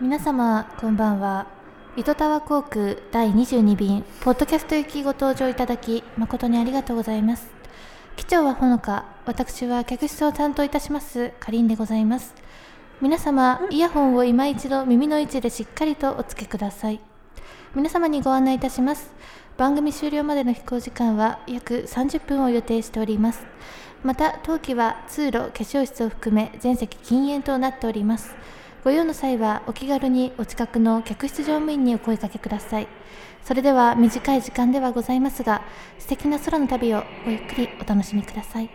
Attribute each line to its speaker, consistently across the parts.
Speaker 1: 皆様こんばんは糸タワー航空第22便ポッドキャスト行きご搭乗いただき誠にありがとうございます機長はほのか私は客室を担当いたしますかりんでございます皆様イヤホンを今一度耳の位置でしっかりとお付けください皆様にご案内いたします番組終了までの飛行時間は約30分を予定しておりますまた当機は通路化粧室を含め全席禁煙となっておりますご用の際はお気軽にお近くの客室乗務員にお声掛けくださいそれでは短い時間ではございますが素敵な空の旅をごゆっくりお楽しみください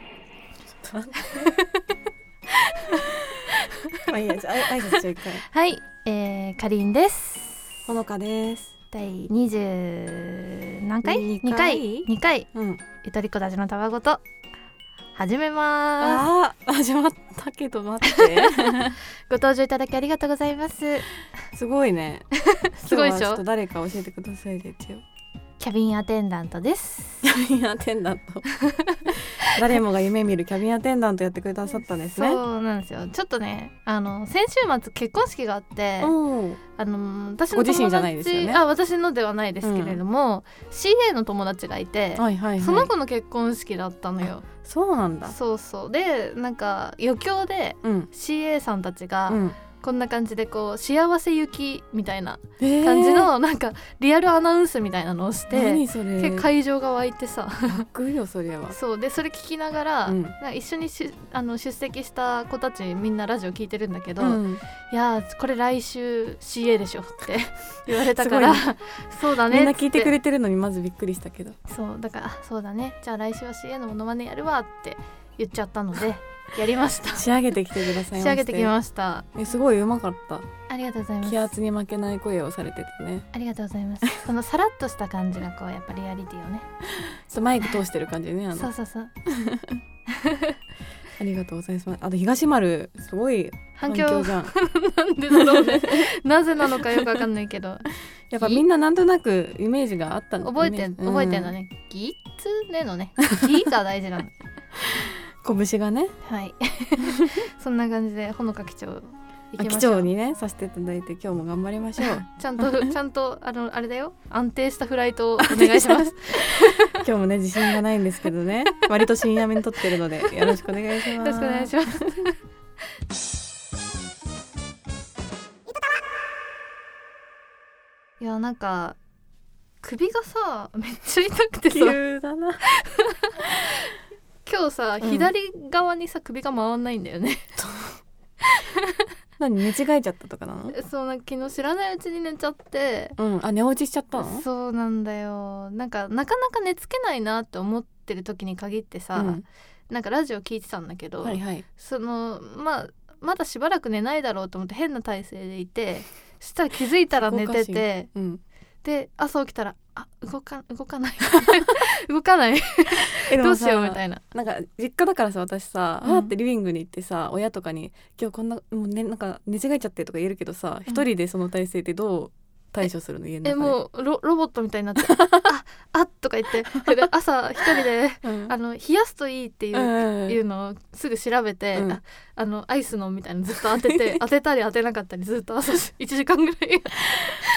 Speaker 2: まあいいや、じゃああい挨拶じゃあ一回。
Speaker 1: はい、えー、かりんです
Speaker 2: ほのかです。
Speaker 1: 第20何回
Speaker 2: 二
Speaker 1: 2
Speaker 2: 回
Speaker 1: 回2回
Speaker 2: うん。
Speaker 1: ゆとりっ子たちのたわごと始めます
Speaker 2: ああ、始まったけど待って。
Speaker 1: ご登場いただきありがとうございます
Speaker 2: すごい ね。
Speaker 1: すごいでし
Speaker 2: 今日はちょっ
Speaker 1: ょ
Speaker 2: と誰か教えてくださいで一応。
Speaker 1: キャビンアテンダントです
Speaker 2: キャビンアテンダント。 誰もが夢見るキャビンアテンダントやってくださったんですね。
Speaker 1: そうなんですよちょっとねあの先週末結婚式があって
Speaker 2: おー
Speaker 1: あの私の友達
Speaker 2: ご自身じゃないですよね
Speaker 1: あ私のではないですけれども、CA の友達がいて、
Speaker 2: はいはいはい。
Speaker 1: その子の結婚式だったのよ
Speaker 2: そうなんだ。
Speaker 1: そうそうでなんか余興で
Speaker 2: うん。
Speaker 1: CA さんたち
Speaker 2: う
Speaker 1: が
Speaker 2: ん。
Speaker 1: こんな感じでこう幸せ行きみたいな
Speaker 2: えー
Speaker 1: 感じ。のなんかリアルアナウンスみたいなのをして、
Speaker 2: 何それ。
Speaker 1: 結構会場が沸いてさ
Speaker 2: くよそれは。
Speaker 1: そうでそれ聞きながら、
Speaker 2: うん
Speaker 1: なんか一緒にしあの出席した子たちみんなラジオ聞いてるんだけど、
Speaker 2: うん
Speaker 1: いやーこれ来週 CA でしょって 言われたから、
Speaker 2: す
Speaker 1: そうだね
Speaker 2: みんな聞いてく
Speaker 1: れ
Speaker 2: れてるのにまずびっくりしたけど。
Speaker 1: そうだからあそうだねじゃあ来週は CA のモノマネやるわって言っちゃったの でやりました
Speaker 2: 仕上げてきてくださいまし
Speaker 1: 仕上げてきました
Speaker 2: えすごい上手かった。
Speaker 1: ありがとうございます
Speaker 2: 気圧に負けない声をされててね
Speaker 1: ありがとうございますこのさらっとした感じがこうやっぱリアリティをね
Speaker 2: ちょっとマイク通してる感じねあ
Speaker 1: そ
Speaker 2: の
Speaker 1: うそうそう
Speaker 2: ありがとうございますあと東丸すごい
Speaker 1: 反響
Speaker 2: 反響 じゃん
Speaker 1: なんでだろう ねなぜなのかよくわかんないけど
Speaker 2: やっぱみんななんとなくイメージがあったの
Speaker 1: 覚えてん
Speaker 2: うん
Speaker 1: 覚えてんのね、ギツネのねギが大事なの
Speaker 2: 拳がね
Speaker 1: はい そんな感じでほのか機長行き
Speaker 2: あ
Speaker 1: ま
Speaker 2: 機
Speaker 1: しょ
Speaker 2: 長
Speaker 1: う
Speaker 2: にねさせていただいて今日も頑張りまし ょう
Speaker 1: ちゃんとちゃんとあのあれだよ安定したフライトをお願いし ます
Speaker 2: 今日もね自信がないんですけどね割と深夜目に撮ってる のでよろしくお願いし
Speaker 1: よ
Speaker 2: ま
Speaker 1: ろ
Speaker 2: す
Speaker 1: しくお願いします いやなんか首がさめっちゃ痛くてさ
Speaker 2: 急だな
Speaker 1: 今日さ
Speaker 2: うん
Speaker 1: 左側にさ首が回んないんだよね
Speaker 2: 何寝違えちゃったとかなの
Speaker 1: そうなんか昨日知らないうちに寝ちゃって
Speaker 2: うんあ寝落ちしちゃったの
Speaker 1: そうなんだよなんかなかなか寝つけないなって思ってる時に限ってさ、
Speaker 2: うん
Speaker 1: なんかラジオ聞いてたんだけど、
Speaker 2: はいはい
Speaker 1: そのまあまだしばらく寝ないだろうと思って変な体勢でい てそしたら気づいたら寝て
Speaker 2: そこお
Speaker 1: て
Speaker 2: うん
Speaker 1: で朝起きたらあ動か動かない 動かない
Speaker 2: えで
Speaker 1: ど
Speaker 2: も
Speaker 1: う
Speaker 2: さ
Speaker 1: しようみたいな
Speaker 2: なんか実家だからさ私さ、
Speaker 1: うん
Speaker 2: あーってリビングに行ってさ親とかに「今日こんなもう、ね、なんか寝違えちゃって」とか言えるけど
Speaker 1: う
Speaker 2: さ
Speaker 1: ん
Speaker 2: 一、人でその体勢ってどう対処するの家の中
Speaker 1: え
Speaker 2: で。
Speaker 1: もうロロボットみたいになって ああとか言ってそれで朝一人で
Speaker 2: うん、
Speaker 1: あの冷やすといいっていうう。
Speaker 2: ん
Speaker 1: いうのをすぐ調べて、
Speaker 2: うん
Speaker 1: ああのアイスのみたいなのずっと当てて当てたり当てなかったりずっと朝1時間ぐらい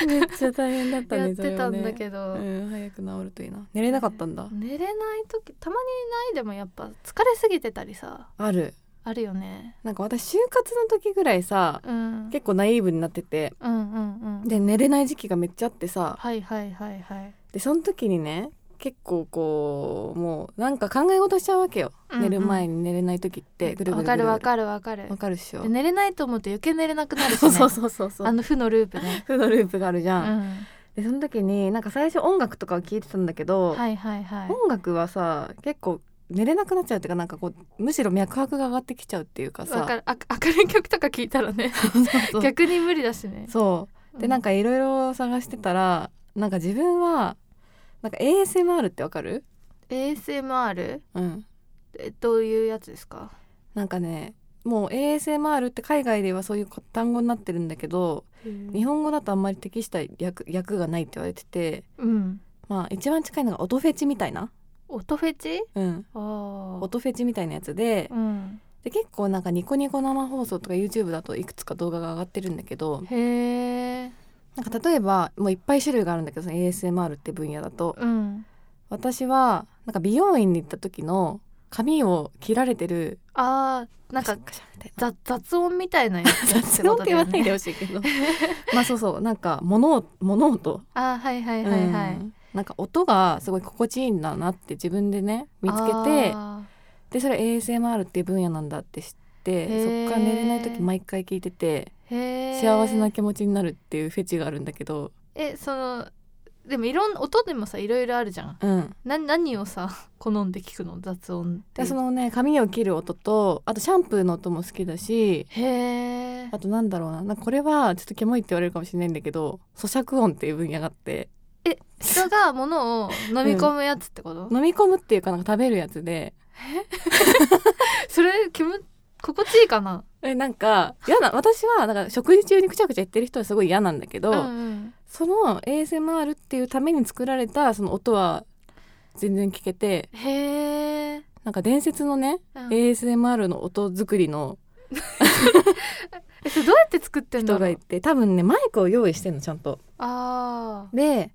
Speaker 2: めっちゃ大変だったね
Speaker 1: やってたんだ
Speaker 2: ど、
Speaker 1: けど、
Speaker 2: うん、早く治るといいな寝れなかったんだ、
Speaker 1: 寝れない時たまにないでもやっぱ疲れすぎてたりさ
Speaker 2: ある
Speaker 1: あるよね、
Speaker 2: なんか私就活の時ぐらいさ
Speaker 1: うん、
Speaker 2: 結構ナイーブになってて
Speaker 1: うんうんうん
Speaker 2: で寝れない時期がめっちゃあってさ
Speaker 1: はいはいはいはい、
Speaker 2: でその時にね結構こうもうなんか考え事しちゃうわけよ、
Speaker 1: うんうん
Speaker 2: 寝る前に寝れない時ってぐるぐ
Speaker 1: わ
Speaker 2: るぐ
Speaker 1: か
Speaker 2: る
Speaker 1: る
Speaker 2: ぐ
Speaker 1: わかるわかる
Speaker 2: わかるっしょ
Speaker 1: で寝れないと思うと余計寝れなくなるし、
Speaker 2: そ
Speaker 1: ね、
Speaker 2: うそうそうそうそう
Speaker 1: あの負のループね、
Speaker 2: 負のループがあるじ
Speaker 1: う
Speaker 2: ゃん、
Speaker 1: ん、
Speaker 2: でその時になんか最初音楽とかを聴いてたんだけど、
Speaker 1: はいはいはい
Speaker 2: 音楽はさ結構寝れなくなっちゃうっていうかなんかこうむしろ脈拍が上がってきちゃうっていうかさ
Speaker 1: わかるあ明るい曲とか聞いたらね
Speaker 2: そうそうそう
Speaker 1: 逆に無理だしね
Speaker 2: そうでなん
Speaker 1: か、
Speaker 2: かいろいろ探してたらなんか自分はなんか ASMR ってわかる、
Speaker 1: ASMR
Speaker 2: うん、
Speaker 1: えどういうやつですか
Speaker 2: なんかねもう ASMR って海外ではそういう単語になってるんだけど日本語だとあんまり適した訳訳がないって言われてて
Speaker 1: うん
Speaker 2: まあ一番近いのが音フェチみたいな、
Speaker 1: 音フェチ
Speaker 2: うん、
Speaker 1: あー
Speaker 2: 音フェチみたいなやつで、
Speaker 1: うん
Speaker 2: で結構なんかニコニコ生放送とか YouTube だといくつか動画が上がってるんだけど
Speaker 1: へえ
Speaker 2: なんか例えばもういっぱい種類があるんだけどその ASMR って分野だと
Speaker 1: うん
Speaker 2: 私はなんか美容院に行った時の髪を切られてる
Speaker 1: あーなんか
Speaker 2: カシャカシャみたいな
Speaker 1: 雑雑音みたいなやつ
Speaker 2: 雑音って言わないで
Speaker 1: よ
Speaker 2: ほしいけど まあそうそうなんか物を物音
Speaker 1: あーはいはいはいは
Speaker 2: う
Speaker 1: い
Speaker 2: んなんか音がすごい心地いいんだなって自分でね見つけて
Speaker 1: あ
Speaker 2: でそれ ASMR っていう分野なんだって知って
Speaker 1: へー
Speaker 2: そっから寝れない時毎回聞いてて
Speaker 1: ーへー
Speaker 2: 幸せな気持ちになるっていうフェチがあるんだけど
Speaker 1: えそのでもいろん音でもさいろいろあるじゃん
Speaker 2: うん
Speaker 1: な何をさ 好んで聞くの雑音って
Speaker 2: でそのね髪を切る音とあとシャンプーの音も好きだし
Speaker 1: へえ
Speaker 2: あとなんだろうななんかこれはちょっとキモいって言われるかもしれないんだけど咀嚼音っていう分野があって
Speaker 1: え人が物を飲み込むやつってこと、
Speaker 2: 飲み込むっていうかなんか食べるやつで
Speaker 1: それ気む心地いいかな
Speaker 2: えなんか嫌な私はだから食事中にくちゃくちゃ言ってる人はすごい嫌なんだけど、
Speaker 1: うんうん
Speaker 2: その ASMR っていうために作られたその音は全然聞けて
Speaker 1: へえ、
Speaker 2: なんか伝説のね、
Speaker 1: うん、
Speaker 2: ASMR の音作りの
Speaker 1: えそれどうやって作ってんだろ
Speaker 2: 人が
Speaker 1: う
Speaker 2: いて多分ねマイクを用意してんのちゃんと。
Speaker 1: あー
Speaker 2: で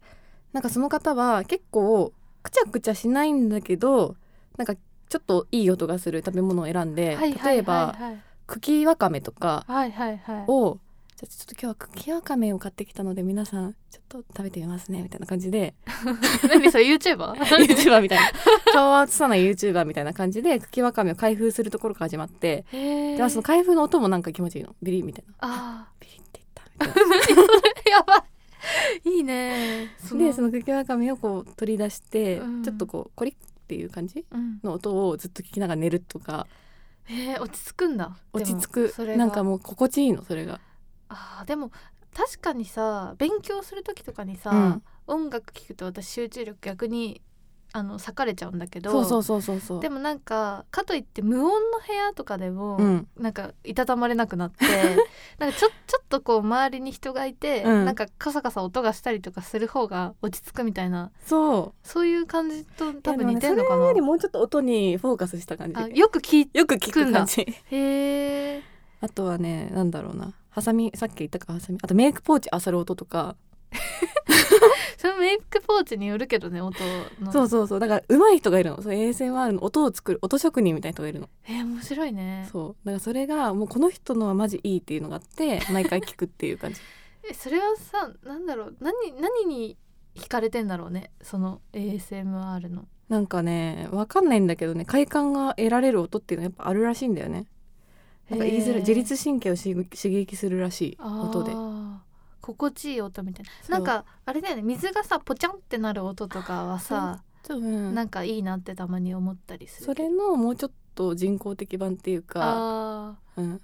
Speaker 2: なんかその方は結構くちゃくちゃしないんだけどなんかちょっといい音がする食べ物を選んで、
Speaker 1: はいはい
Speaker 2: 例えば
Speaker 1: はい
Speaker 2: 茎わかめとか
Speaker 1: はいはいはいはい
Speaker 2: をじゃあちょっと今日は茎わかめを買ってきたので皆さんちょっと食べてみますねみたいな感じで
Speaker 1: 何それ YouTuber?
Speaker 2: YouTuber みたいな顔は映さない YouTuber みたいな感じで茎わかめを開封するところから始まって
Speaker 1: へえ
Speaker 2: でその開封の音もなんか気持ちいいのビリみたいな
Speaker 1: あ
Speaker 2: ビリっていったみたい な
Speaker 1: ーやばいいいね
Speaker 2: でその茎わかめをこう取り出して、
Speaker 1: うん
Speaker 2: ちょっとこうコリッっていう感じ
Speaker 1: うん、
Speaker 2: の音をずっと聞きながら寝るとか
Speaker 1: へえ落ち着くんだ
Speaker 2: 落ち着
Speaker 1: で
Speaker 2: く
Speaker 1: もそれが
Speaker 2: なんかもう心地いいのそれが。
Speaker 1: あーでも確かにさ勉強する時とかにさ、
Speaker 2: うん
Speaker 1: 音楽聴くと私集中力逆にあの裂かれちゃうんだけど
Speaker 2: そうそうそうそうそう。
Speaker 1: でもなんかかといって無音の部屋とかでも、
Speaker 2: うん
Speaker 1: なんかいたたまれなくなって なんかちょちょっとこう周りに人がいて、
Speaker 2: うん
Speaker 1: なんかカサカサ音がしたりとかする方が落ち着くみたいな
Speaker 2: そう。
Speaker 1: そういう感じと多分似てん
Speaker 2: る
Speaker 1: のか
Speaker 2: それ
Speaker 1: な
Speaker 2: より。もうちょっと音にフォーカスした感じ。
Speaker 1: あよく聞い
Speaker 2: よく聞く感じ。
Speaker 1: へえ
Speaker 2: あとはねなんだろうなハサミさっき言ったからハサミあとメイクポーチ漁る音とか、
Speaker 1: そのメイクポーチによるけどね音の
Speaker 2: そうそうそうだから上手い人がいるのそう ASMR の音を作る音職人みたいな人がいるの、
Speaker 1: えー面白いね
Speaker 2: そうだからそれがもうこの人のはマジいいっていうのが あって毎回聞くっていう感じ
Speaker 1: えそれはさなんだろう何何に惹かれてんだろうねその ASMR の
Speaker 2: なんかねわかんないんだけどね快感が得られる音っていうのはやっぱあるらしいんだよねなんか言いづ
Speaker 1: へ
Speaker 2: らい
Speaker 1: ー
Speaker 2: 自律神経を刺激刺激するらしい音で
Speaker 1: あー心地いい音みたいな
Speaker 2: そう
Speaker 1: なんかあれだよね水がさポチャンってなる音とかはさ、
Speaker 2: 多分
Speaker 1: なんかいいなってたまに思ったりする
Speaker 2: それのもうちょっと人工的版っていうか
Speaker 1: あ
Speaker 2: あ,、うん、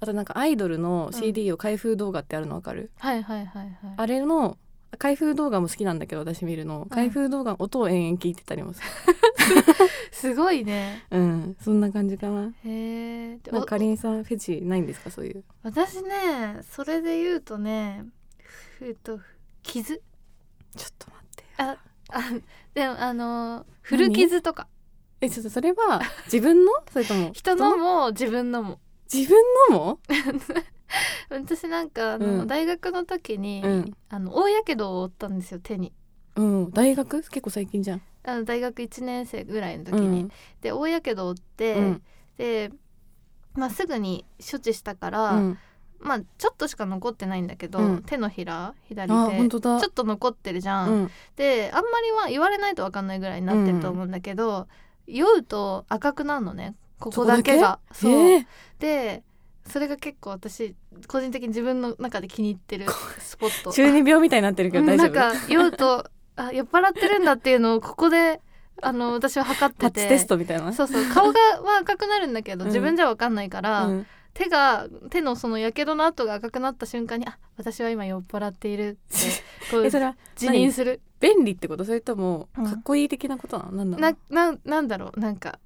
Speaker 2: あとなんかアイドルの
Speaker 1: うん
Speaker 2: CD を開封動画ってあるのわかる、
Speaker 1: ーはいはいはいはい
Speaker 2: あれの開封動画も好きなんだけど私見るの開封動画の音を延々聞いてたり もする
Speaker 1: すごいね
Speaker 2: うんそんな感じかな
Speaker 1: へえ
Speaker 2: なんかかりんさんフェチないんですかそういう
Speaker 1: 私ねそれで言うとねふっと傷
Speaker 2: ちょっと待って
Speaker 1: ああでもあの古傷とか
Speaker 2: えちょっとそれは 自分のそれとも
Speaker 1: 人のも自分のも
Speaker 2: 自分のも
Speaker 1: 私なんかあの、
Speaker 2: うん
Speaker 1: 大学の時に、
Speaker 2: うん
Speaker 1: あの大やけどを負ったんですよ手に
Speaker 2: うん大学結構最近じゃん
Speaker 1: あの大学1年生ぐらいの時
Speaker 2: う
Speaker 1: に、
Speaker 2: ん
Speaker 1: で大やけどを負って、
Speaker 2: うん
Speaker 1: で、まあ、すぐに処置したから、
Speaker 2: うん
Speaker 1: まあちょっとしか残ってないんだけど、
Speaker 2: うん
Speaker 1: 手のひら左
Speaker 2: あ本
Speaker 1: 手
Speaker 2: 当だ
Speaker 1: ちょっと残ってるじゃん、
Speaker 2: うん
Speaker 1: であんまりは言われないと分かんないぐらいになってると思うんだけど、酔うと赤くなるのねここだけが
Speaker 2: え
Speaker 1: そう、
Speaker 2: ー
Speaker 1: でそれが結構私個人的に自分の中で気に入ってるスポット
Speaker 2: 中二病みたいになってるけ
Speaker 1: う
Speaker 2: ど
Speaker 1: ん
Speaker 2: 大
Speaker 1: な
Speaker 2: 丈
Speaker 1: ん
Speaker 2: 夫
Speaker 1: か酔うとあ酔っ払ってるんだっていうのをここであの私は測っ
Speaker 2: パ
Speaker 1: てて
Speaker 2: ッチテストみたいな
Speaker 1: そうそう顔がは赤くなるんだけど
Speaker 2: うん
Speaker 1: 自分じゃ分かんないから、
Speaker 2: うん
Speaker 1: 手が手のそのやけどの跡が赤くなった瞬間にあ私は今酔っ払っているってこう
Speaker 2: えそれは
Speaker 1: 自認する
Speaker 2: 便利ってことそれとも
Speaker 1: うん
Speaker 2: かっこいい的なことなの、なんだろう
Speaker 1: なななんだろうなんか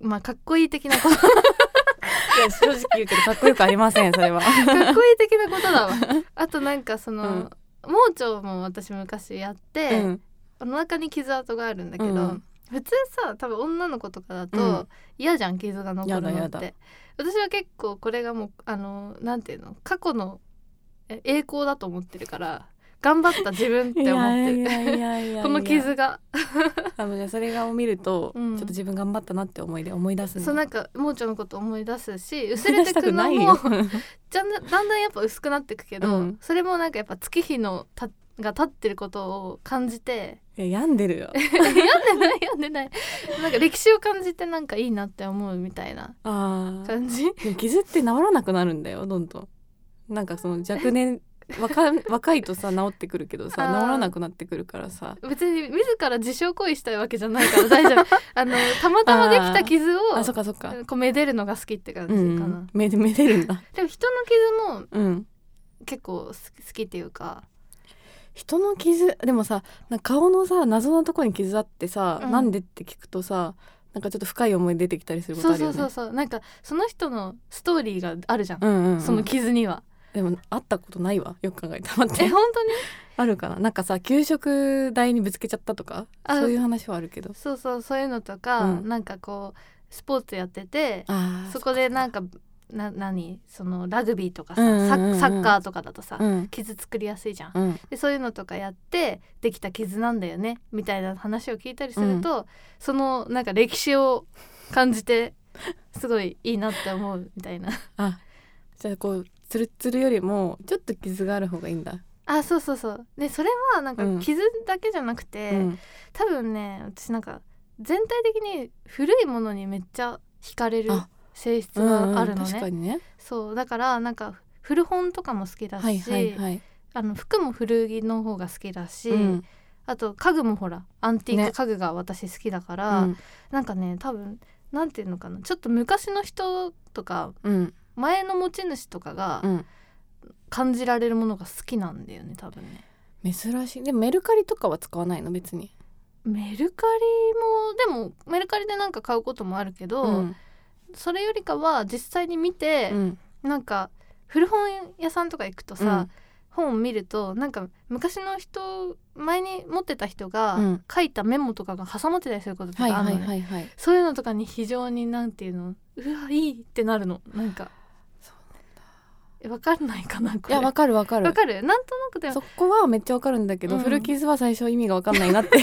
Speaker 1: まあかっこいい的なことか
Speaker 2: いや正直言うけどかっこよくあり ませんそれは
Speaker 1: っこいい的なことだわあとなんかその、盲腸も私昔やって、
Speaker 2: うん
Speaker 1: お腹に傷跡があるんだけど、
Speaker 2: うん
Speaker 1: 普通さ多分女の子とかだと、
Speaker 2: うん
Speaker 1: 嫌じゃん傷が残るのって
Speaker 2: やだや
Speaker 1: 私は結構これがもうあのなんていうの過去のえ栄光だと思ってるから頑張った自分って思ってるこの傷が
Speaker 2: 多分ねそれがを見ると、
Speaker 1: うん
Speaker 2: ちょっと自分頑張ったなって思いで思い出す
Speaker 1: そうなん
Speaker 2: か
Speaker 1: か盲腸のこと思い出すし薄れてくのも じゃんだんだんやっぱ薄くなってくけど、
Speaker 2: うん
Speaker 1: それもなんかやっぱ月日のたが経ってることを感じて
Speaker 2: いや病んでるよ
Speaker 1: 病ん でない病んでないなんか歴史を感じてなんかいいなって思うみたいな
Speaker 2: あー
Speaker 1: 感じ
Speaker 2: でも傷って治らなくなるんだよどんどんなんかその若 年若若いとさ治ってくるけどさ治
Speaker 1: あー
Speaker 2: らなくなってくるからさ
Speaker 1: 別に自ら自傷行為したいわけじゃないから大丈 夫あのたまたまできた傷を
Speaker 2: あそっかそっか
Speaker 1: こうめでるのが好きって感じ
Speaker 2: う
Speaker 1: かな、
Speaker 2: んめでめでるんだ
Speaker 1: でも人の傷も
Speaker 2: うん
Speaker 1: 結構好き好きっていうか
Speaker 2: 人の傷でもさなんか顔のさ謎のとこに傷あってさ、
Speaker 1: うん
Speaker 2: なんでって聞くとさなんかちょっと深い思い出てきたりすること
Speaker 1: そ
Speaker 2: あ
Speaker 1: う
Speaker 2: る
Speaker 1: そ
Speaker 2: よ
Speaker 1: う
Speaker 2: ね
Speaker 1: そうそうなんかその人のストーリーがあるじゃん、
Speaker 2: うんうんうん
Speaker 1: その傷には、
Speaker 2: でも会ったことないわよく考えたら待 っ
Speaker 1: え
Speaker 2: て
Speaker 1: 本当に
Speaker 2: あるかななんかさ給食台にぶつけちゃったとか
Speaker 1: あ
Speaker 2: そういう話はあるけど
Speaker 1: そうそうそういうのとか、
Speaker 2: うん
Speaker 1: なんかこうスポーツやってて
Speaker 2: あー
Speaker 1: そこでなんかな何そのラグビーとかさ、
Speaker 2: うんうん
Speaker 1: サ
Speaker 2: うんうん
Speaker 1: ッサッカーとかだとさ、
Speaker 2: うん
Speaker 1: 傷作りやすいじゃん、
Speaker 2: うん
Speaker 1: でそういうのとかやってできた傷なんだよねみたいな話を聞いたりすると、そのなんか歴史を感じてすごいいいなって思うみたいな
Speaker 2: あじゃあこうつるつるよりもちょっと傷がある方がいいんだ、
Speaker 1: あそうそうそうでそれはなんか
Speaker 2: うん
Speaker 1: 傷だけじゃなくて、
Speaker 2: うん
Speaker 1: 多分ね私なんか全体的に古いものにめっちゃ惹かれる
Speaker 2: あ
Speaker 1: 性質
Speaker 2: うんうん
Speaker 1: があるのね、
Speaker 2: 確かにね
Speaker 1: そうだからなんか古本とかも好きだし、
Speaker 2: はいはいはい、
Speaker 1: あの服も古着の方が好きだし、
Speaker 2: うん
Speaker 1: あと家具もほらアンティーク
Speaker 2: ね
Speaker 1: 家具が私好きだか
Speaker 2: う
Speaker 1: ら、
Speaker 2: ん
Speaker 1: なんかね多分なんていうのかなちょっと昔の人とか
Speaker 2: うん
Speaker 1: 前の持ち主とかが
Speaker 2: うん
Speaker 1: 感じられるものが好きなんだよね多分ね。
Speaker 2: 珍しいでもメルカリとかは使わないの別に
Speaker 1: メルカリもでもメルカリでなんか買うこともあるけど、
Speaker 2: うん
Speaker 1: それよりかは実際に見て、
Speaker 2: うん
Speaker 1: なんか古本屋さんとか行くとさ、
Speaker 2: うん
Speaker 1: 本を見るとなんか昔の人前に持ってた人が
Speaker 2: うん
Speaker 1: 書いたメモとかが挟まってたりすることとか
Speaker 2: は
Speaker 1: あ
Speaker 2: い
Speaker 1: るのね、
Speaker 2: はいはいはい
Speaker 1: そういうのとかに非常になんていうのうわいいってなるのなんか
Speaker 2: そう
Speaker 1: えわかんないかなこ
Speaker 2: い
Speaker 1: れ
Speaker 2: やわかるわかる
Speaker 1: わかるなんとなくでも
Speaker 2: そこはめっちゃわかるんだけど、
Speaker 1: うん
Speaker 2: 古傷は最初意味がわかんないなって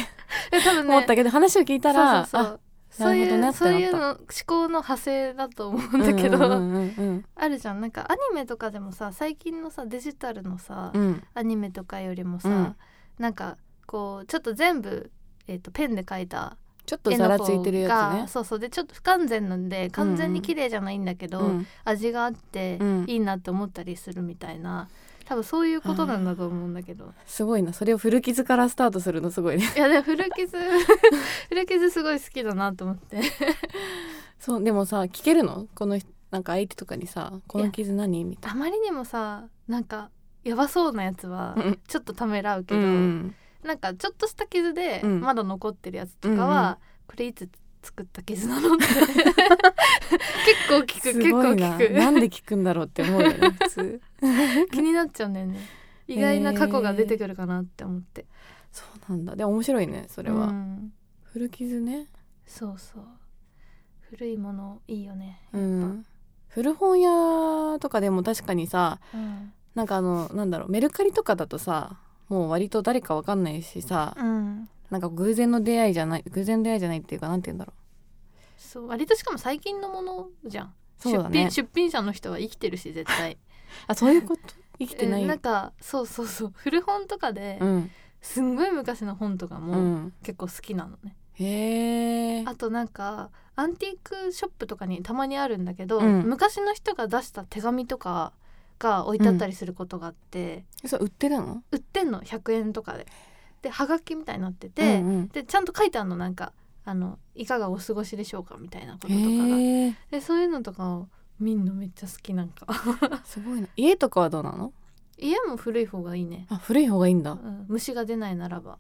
Speaker 1: え多分 ね
Speaker 2: 思ったけど、話を聞いたら
Speaker 1: そうそうそうそう
Speaker 2: なる
Speaker 1: い
Speaker 2: ほど
Speaker 1: う
Speaker 2: ねってなった
Speaker 1: そういうの思考の派生だと思う
Speaker 2: あ
Speaker 1: んだけど、
Speaker 2: うんうんうん
Speaker 1: あるじゃんなんかアニメとかでもさ最近のさデジタルのさ、
Speaker 2: うんうん
Speaker 1: アニメとかよりもさ、
Speaker 2: うん
Speaker 1: なんかこうちょっと全部、えー、とペンで描いた
Speaker 2: ちょっと
Speaker 1: 絵
Speaker 2: ざ
Speaker 1: の
Speaker 2: ら
Speaker 1: 方
Speaker 2: ついてる
Speaker 1: が、
Speaker 2: やつね
Speaker 1: そうそうでちょっと不完全なんで完全に綺麗じゃないんだけど、
Speaker 2: うん
Speaker 1: 味があって
Speaker 2: うん
Speaker 1: いいなって思ったりするみたいな多分そういうことなんだと思うんだけ ど
Speaker 2: すごいなそれを古傷からスタートするのすごいね
Speaker 1: いやでも古傷 古傷すごい好きだなと思って
Speaker 2: そうでもさ聞けるのこの人なんか相手とかにさ「この傷何?」みたい
Speaker 1: あまりにもさなんかやばそうなやつは
Speaker 2: な。
Speaker 1: ちょっとためらうけ
Speaker 2: う
Speaker 1: ど、
Speaker 2: ん、
Speaker 1: なんかちょっとした傷で
Speaker 2: うん
Speaker 1: まだ残ってるやつとか
Speaker 2: うんうん
Speaker 1: は、これいつ作った傷な のって結構聞く
Speaker 2: す
Speaker 1: 結構
Speaker 2: ごいなな
Speaker 1: 聞
Speaker 2: んで聞くんだろうって思うよ ね普通
Speaker 1: く気になっちゃうん だよね意外な過去が出てくるかなって思って、
Speaker 2: そうなんだでも面白いねそれは、
Speaker 1: うん
Speaker 2: 古傷ね
Speaker 1: そうそう古いものいいよね
Speaker 2: うん古本屋とかでも確かにさ
Speaker 1: うん、
Speaker 2: なんかあのなんだろうメルカリとかだとさもう割と誰かわかんないしさ
Speaker 1: うん、
Speaker 2: なんか偶然の出会いじゃない偶然の出会いじゃないっていうかなんて言うんだろ
Speaker 1: そう割としかも最近のものじゃん、
Speaker 2: うそう
Speaker 1: 出
Speaker 2: だね
Speaker 1: 品出品者の人は生きてるし絶対
Speaker 2: あそういうこと 生きてない、
Speaker 1: うんなんかそうそうそう古本とかで、
Speaker 2: うん
Speaker 1: すんごい昔の本とか
Speaker 2: う
Speaker 1: も
Speaker 2: ん
Speaker 1: 結構好きなのね、
Speaker 2: へえ
Speaker 1: あとなんかアンティークショップとかにたまにあるんだけど、
Speaker 2: うん
Speaker 1: 昔の人が出した手紙とかが置いてあったりすることがあって、
Speaker 2: それ売ってるの
Speaker 1: 売ってんの100円とかで。ではがきみたいになってて、
Speaker 2: うんうん
Speaker 1: でちゃんと書いてあるのなんかあの「いかがお過ごしでしょうか」みたいなこととかが。
Speaker 2: へえ
Speaker 1: でそういうのとかを見んのめっちゃ好きなんか
Speaker 2: すごいな家とかはどうなの
Speaker 1: 家も古い方がいいね、
Speaker 2: あ古い方がいいん
Speaker 1: う
Speaker 2: だ
Speaker 1: ん、虫が出ないならば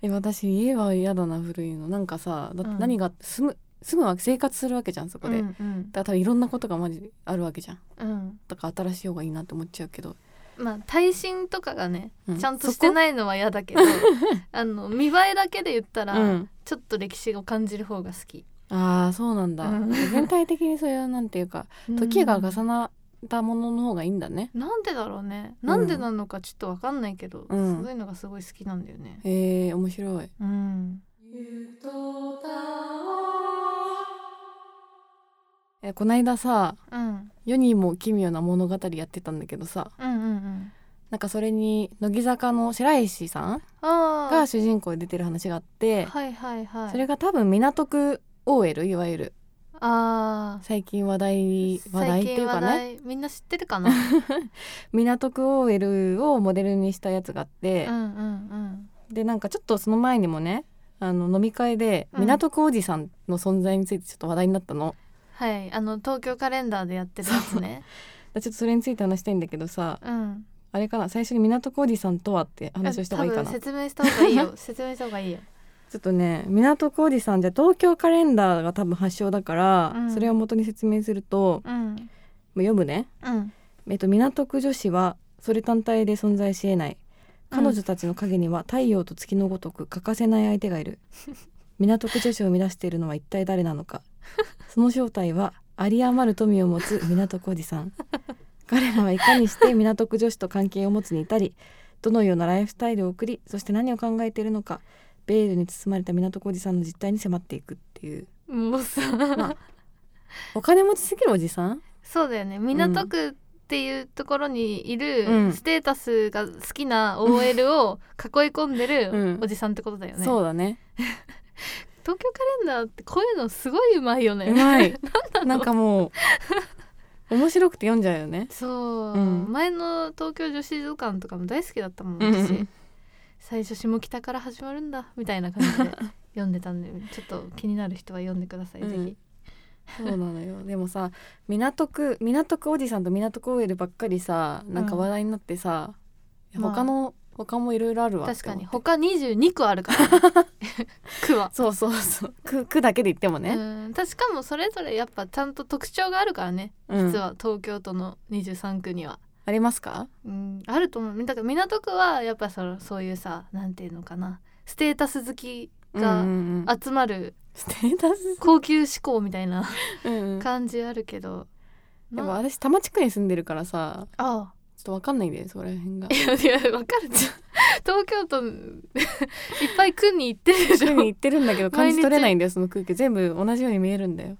Speaker 2: え私家は嫌だな古いのなんかさだっ
Speaker 1: う
Speaker 2: て
Speaker 1: ん
Speaker 2: 何があって住む住むわけ生活するわけじゃんそこで、
Speaker 1: う
Speaker 2: だ
Speaker 1: ん
Speaker 2: から多分いろんなことがマジであるわけじゃん
Speaker 1: うん、うん
Speaker 2: だから新しい方がいいなって思っちゃうけど
Speaker 1: まあ耐震とかがね
Speaker 2: うん
Speaker 1: ちゃんとしてないのは嫌だけど、あの見栄えだけで言ったら、
Speaker 2: うん
Speaker 1: ちょっと歴史を感じる方が好き。
Speaker 2: ああそうなんだ、
Speaker 1: うん
Speaker 2: 全体的にそういうなんてい うか時が重なったものの方がいいんだね、
Speaker 1: なんでだろうね。
Speaker 2: ん
Speaker 1: なんでなのかちょっとわかんないけど、
Speaker 2: うん
Speaker 1: そういうのがすごい好きなんだよね。
Speaker 2: えー、面白い
Speaker 1: うん。
Speaker 2: えこないださ
Speaker 1: うん。
Speaker 2: 世にも奇妙な物語やってたんだけどさ
Speaker 1: うんうんうん。
Speaker 2: なんかそれに乃木坂の白石さん
Speaker 1: あ
Speaker 2: が主人公で出てる話があって、
Speaker 1: あ。はいはいはい。
Speaker 2: それが多分港区 OL いわゆる
Speaker 1: ああ。
Speaker 2: 最近話題に話題っていうかね
Speaker 1: ね。みんな知ってるか な。
Speaker 2: 港区 OL をモデルにしたやつがあって
Speaker 1: うんう、ん
Speaker 2: でなんかちょっとその前にもねあの飲み会で
Speaker 1: うん
Speaker 2: 港区おじさんの存在についてちょっと話題になったの、
Speaker 1: はい、あの東京カレンダーでやってるやつね。
Speaker 2: でちょっとそれについて話したいんだけどさ
Speaker 1: うん。
Speaker 2: あれかな最初に港区おじさんとはって話をした方がいいか
Speaker 1: 多
Speaker 2: な
Speaker 1: 分
Speaker 2: ち
Speaker 1: 説明した方がいいよ。説明した方がいいよ。
Speaker 2: ょっとね港区おじさんじゃ東京カレンダーが多分発祥だから、
Speaker 1: うん
Speaker 2: それを元に説明すると
Speaker 1: うん。
Speaker 2: もう読むね
Speaker 1: うん。
Speaker 2: えっと、港区女子はそれ単体で存在し得ない彼女たちの影には太陽と月のごとく欠かせない相手がい る港区女子を生み出しているのは一体誰なのかその正体は有り余る富を持つ港区おじさ ん彼らはいかにして港区女子と関係を持つに至りどのようなライフスタイルを送りそして何を考えているのかベールに包まれた港区おじさんの実態に迫っていくっていう
Speaker 1: もうさ、
Speaker 2: まあお金持ちすぎるおじさん
Speaker 1: そうだよね。港区っていうところにいる、
Speaker 2: うん
Speaker 1: ステータスが好きな OL を囲い込んでる
Speaker 2: うん
Speaker 1: おじさんってことだよね。
Speaker 2: そうだね
Speaker 1: 東京カレンダーってこういうのすごいうまいよね。
Speaker 2: うま いなんかもう面白くて読んじゃうよね
Speaker 1: そう、
Speaker 2: うん
Speaker 1: 前の東京女子図鑑とかも大好きだったもん
Speaker 2: うんうん
Speaker 1: 私、最初下北から始まるんだみたいな感じで読んでたん でちょっと気になる人は読んでください、
Speaker 2: うん
Speaker 1: ぜひ
Speaker 2: そうなのよでもさ港区港区おじさんと港区 OL ばっかりさなんか
Speaker 1: うん
Speaker 2: 話題になってさ、いや
Speaker 1: まあ
Speaker 2: 他の、他もいろいろあるわって
Speaker 1: 確かに
Speaker 2: 思って
Speaker 1: 他22区ある から、ね、区は、
Speaker 2: そうそうそう区区だけで言ってもね、
Speaker 1: うん確かもそれぞれやっぱちゃんと特徴があるからね、
Speaker 2: うん
Speaker 1: 実は東京都の23区には。
Speaker 2: ありますか
Speaker 1: うん、あると思うだから港区はやっぱそのそういうさなんていうのかなステータス好きが
Speaker 2: うんうんうん
Speaker 1: 集まる
Speaker 2: ステータス、
Speaker 1: 高級志向みたいな
Speaker 2: うんうんやっ
Speaker 1: 感じあるけど、
Speaker 2: ぱ
Speaker 1: な
Speaker 2: 私多摩地区に住んでるからさ
Speaker 1: あ
Speaker 2: ちょっとわかんないんだよねそこら 辺が
Speaker 1: あいやいやわかるじ ゃん東京都 いっぱい区に行ってるでし
Speaker 2: 区に
Speaker 1: ょ
Speaker 2: 行ってるんだけど感じ取れないんだよその空気全部同じように見えるんだよ、